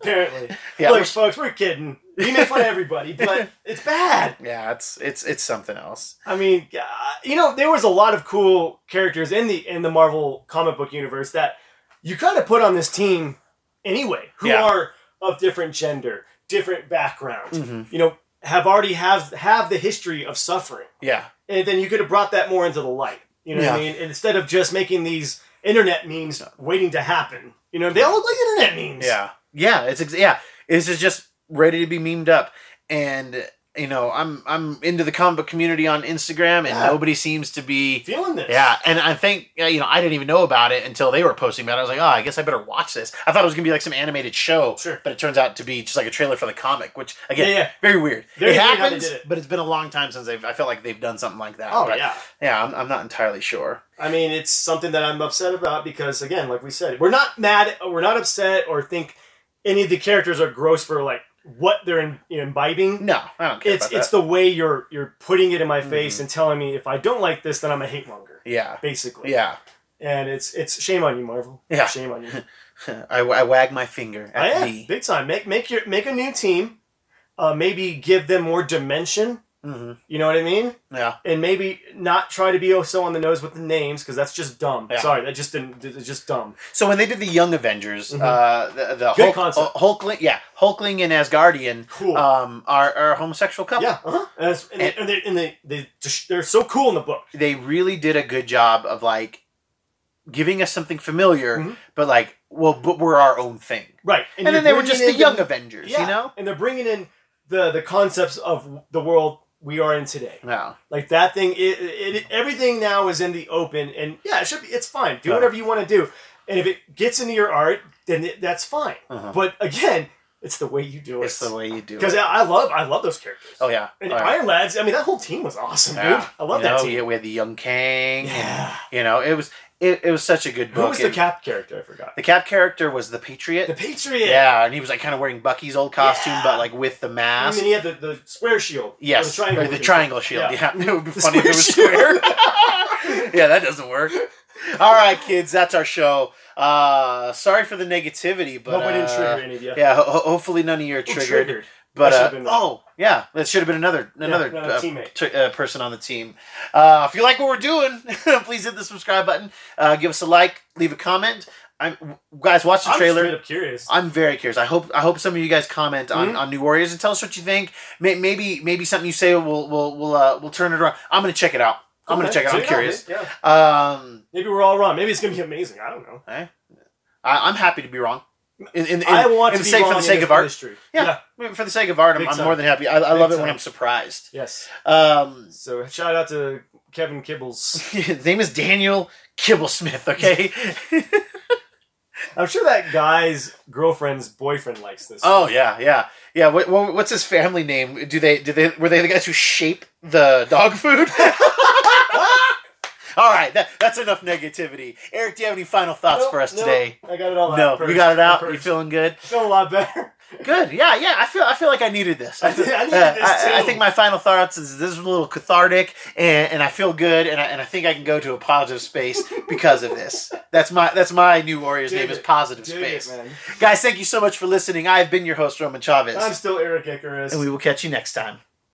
Speaker 2: apparently.
Speaker 1: it yeah
Speaker 2: Look,
Speaker 1: which-
Speaker 2: folks, we're kidding. We make fun of everybody, but it's bad.
Speaker 1: yeah it's it's it's something else
Speaker 2: I mean, uh, you know, there was a lot of cool characters in the in the Marvel comic book universe that you kind of put on this team anyway, who
Speaker 1: Yeah.
Speaker 2: are of different gender, different backgrounds.
Speaker 1: Mhm.
Speaker 2: You know, have already have have the history of suffering,
Speaker 1: Yeah.
Speaker 2: and then you could have brought that more into the light. You know what I
Speaker 1: Yeah.
Speaker 2: mean? And instead of just making these internet memes waiting to happen, you know, they all look like internet memes.
Speaker 1: Yeah. Yeah. It's ex- yeah. This is just ready to be memed up, and you know I'm I'm into the comic book community on Instagram, and
Speaker 2: Yeah.
Speaker 1: nobody seems to be.
Speaker 2: feeling this.
Speaker 1: Yeah, and I think uh, you know I didn't even know about it until they were posting about it. I was like, oh, I guess I better watch this. I thought it was gonna be like some animated show,
Speaker 2: Sure.
Speaker 1: but it turns out to be just like a trailer for the comic, which again,
Speaker 2: Yeah, yeah.
Speaker 1: very weird.
Speaker 2: Very
Speaker 1: it
Speaker 2: weird how they
Speaker 1: happens,
Speaker 2: did it.
Speaker 1: but it's been a long time since they've. I felt like they've done something like that.
Speaker 2: Oh
Speaker 1: but
Speaker 2: yeah.
Speaker 1: yeah. I'm, I'm not entirely sure.
Speaker 2: I mean, it's something that I'm upset about because, again, like we said, we're not mad, we're not upset, or think any of the characters are gross for like what they're in, you know, imbibing.
Speaker 1: No, I Mm-hmm. don't care
Speaker 2: It's
Speaker 1: about Mm-hmm.
Speaker 2: it's the way you're you're putting it in my face and telling me if I don't like this, then I'm a hate monger,
Speaker 1: that. Yeah,
Speaker 2: basically.
Speaker 1: yeah.
Speaker 2: And it's it's shame on you, Marvel.
Speaker 1: Yeah.
Speaker 2: Shame on you.
Speaker 1: I, I wag my finger
Speaker 2: I
Speaker 1: at
Speaker 2: am,
Speaker 1: thee.
Speaker 2: big time. Make make your make a new team. Uh, maybe give them more dimension.
Speaker 1: hmm
Speaker 2: You know what I mean?
Speaker 1: Yeah.
Speaker 2: And maybe not try to be oh so on the nose with the names because that's just dumb.
Speaker 1: Yeah.
Speaker 2: Sorry, that just didn't. It's just dumb.
Speaker 1: So when they did the Young Avengers,
Speaker 2: Mhm.
Speaker 1: uh, the, the Hulk,
Speaker 2: Good concept.
Speaker 1: uh, Hulkling, yeah, Hulkling and Asgardian,
Speaker 2: Cool.
Speaker 1: um, are, are a homosexual couple.
Speaker 2: Yeah, uh-huh. and, it's- and, they, and, they, and they, they just, they're so cool in the book.
Speaker 1: They really did a good job of like giving us something familiar,
Speaker 2: Mhm.
Speaker 1: but like, well, but we're our own thing.
Speaker 2: Right,
Speaker 1: And,
Speaker 2: you're
Speaker 1: then they were
Speaker 2: bringing
Speaker 1: just the
Speaker 2: in
Speaker 1: Young Avengers,
Speaker 2: yeah,
Speaker 1: you know?
Speaker 2: and they're bringing in the the concepts of the world we are in today.
Speaker 1: Yeah.
Speaker 2: Like that thing, it, it, it- everything now is in the open, and yeah, it should be. It's fine. Do
Speaker 1: Right.
Speaker 2: whatever you want to do, and if it gets into your art, then it, that's fine.
Speaker 1: Uh-huh.
Speaker 2: But again, it's the way you do
Speaker 1: It's the
Speaker 2: it.
Speaker 1: way you do
Speaker 2: Because
Speaker 1: it.
Speaker 2: I, I love I love those characters.
Speaker 1: Oh yeah.
Speaker 2: And
Speaker 1: Oh, yeah.
Speaker 2: Iron Lads, I mean, that whole team was awesome, dude.
Speaker 1: Yeah.
Speaker 2: I love
Speaker 1: You
Speaker 2: that
Speaker 1: know,
Speaker 2: team.
Speaker 1: yeah, We had the Young Kang. and,
Speaker 2: Yeah.
Speaker 1: you know, it was it, it was such a good book.
Speaker 2: Who was the
Speaker 1: and
Speaker 2: Cap character? I forgot.
Speaker 1: the Cap character was the Patriot.
Speaker 2: The Patriot.
Speaker 1: yeah, and he was like kind of wearing Bucky's old costume,
Speaker 2: Yeah.
Speaker 1: but like with the mask.
Speaker 2: I mean, he had the, the square shield.
Speaker 1: Yes,
Speaker 2: Or the triangle.
Speaker 1: or the triangle shield.
Speaker 2: Yeah.
Speaker 1: Yeah, it would be
Speaker 2: The
Speaker 1: funny if it was square.
Speaker 2: square
Speaker 1: yeah, that doesn't work. All right, kids, that's our show. Uh, sorry for the negativity, but
Speaker 2: Hope I didn't
Speaker 1: uh,
Speaker 2: trigger any of you.
Speaker 1: Yeah, ho- ho- hopefully none of you are
Speaker 2: Or
Speaker 1: triggered.
Speaker 2: triggered.
Speaker 1: But
Speaker 2: That
Speaker 1: uh,
Speaker 2: should've been-
Speaker 1: oh yeah, that should have been another another
Speaker 2: another
Speaker 1: uh,
Speaker 2: teammate.
Speaker 1: t- uh, person on the team. Uh, if you like what we're doing, please hit the subscribe button. Uh, give us a like, leave a comment. I'm guys, watch the
Speaker 2: I'm
Speaker 1: trailer.
Speaker 2: straight up curious.
Speaker 1: I'm very curious. I hope I hope some of you guys comment on,
Speaker 2: Mhm.
Speaker 1: on New Warriors and tell us what you think. May, maybe maybe something you say will will will uh, will turn it around. I'm gonna check it out. I'm gonna
Speaker 2: Okay,
Speaker 1: check it out. I'm
Speaker 2: out,
Speaker 1: curious.
Speaker 2: man. Yeah.
Speaker 1: Um,
Speaker 2: Maybe we're all wrong. Maybe it's gonna be amazing. I don't know.
Speaker 1: I, I'm happy to be wrong. In, in, in,
Speaker 2: I want
Speaker 1: in
Speaker 2: to
Speaker 1: the
Speaker 2: be
Speaker 1: sake,
Speaker 2: wrong
Speaker 1: for the
Speaker 2: in
Speaker 1: sake
Speaker 2: the
Speaker 1: of art.
Speaker 2: Industry.
Speaker 1: Yeah. For the sake of art, I'm,
Speaker 2: Big
Speaker 1: I'm
Speaker 2: time.
Speaker 1: more than happy. I, I love
Speaker 2: Big
Speaker 1: it when
Speaker 2: time.
Speaker 1: I'm surprised.
Speaker 2: Yes.
Speaker 1: Um,
Speaker 2: So shout out to Kevin Kibbles.
Speaker 1: his name is Daniel Kibblesmith. Okay.
Speaker 2: I'm sure that guy's girlfriend's boyfriend likes this.
Speaker 1: oh yeah, yeah, yeah. What, what, what's his family name? Do they? Do they? Were they the guys who shape the dog food? All right, that, that's enough negativity. Eric, do you have any final thoughts
Speaker 2: Nope,
Speaker 1: for us
Speaker 2: nope.
Speaker 1: today?
Speaker 2: I got it all
Speaker 1: No,
Speaker 2: out.
Speaker 1: you got it out. You
Speaker 2: Purged.
Speaker 1: feeling good?
Speaker 2: Feeling a lot better.
Speaker 1: Good. Yeah, yeah. I feel. I feel like I needed this.
Speaker 2: I did- I needed
Speaker 1: Uh,
Speaker 2: this
Speaker 1: I, I
Speaker 2: too.
Speaker 1: think my final thoughts is this is a little cathartic, and, and I feel good, and I, and I think I can go to a positive space because of this. That's my that's my new Warriors
Speaker 2: Dig
Speaker 1: name is
Speaker 2: it.
Speaker 1: positive
Speaker 2: Dig
Speaker 1: space.
Speaker 2: it, man.
Speaker 1: Guys, thank you so much for listening. I've been your host Roman Chavez,
Speaker 2: I'm still Eric Icarus.
Speaker 1: and we will catch you next time.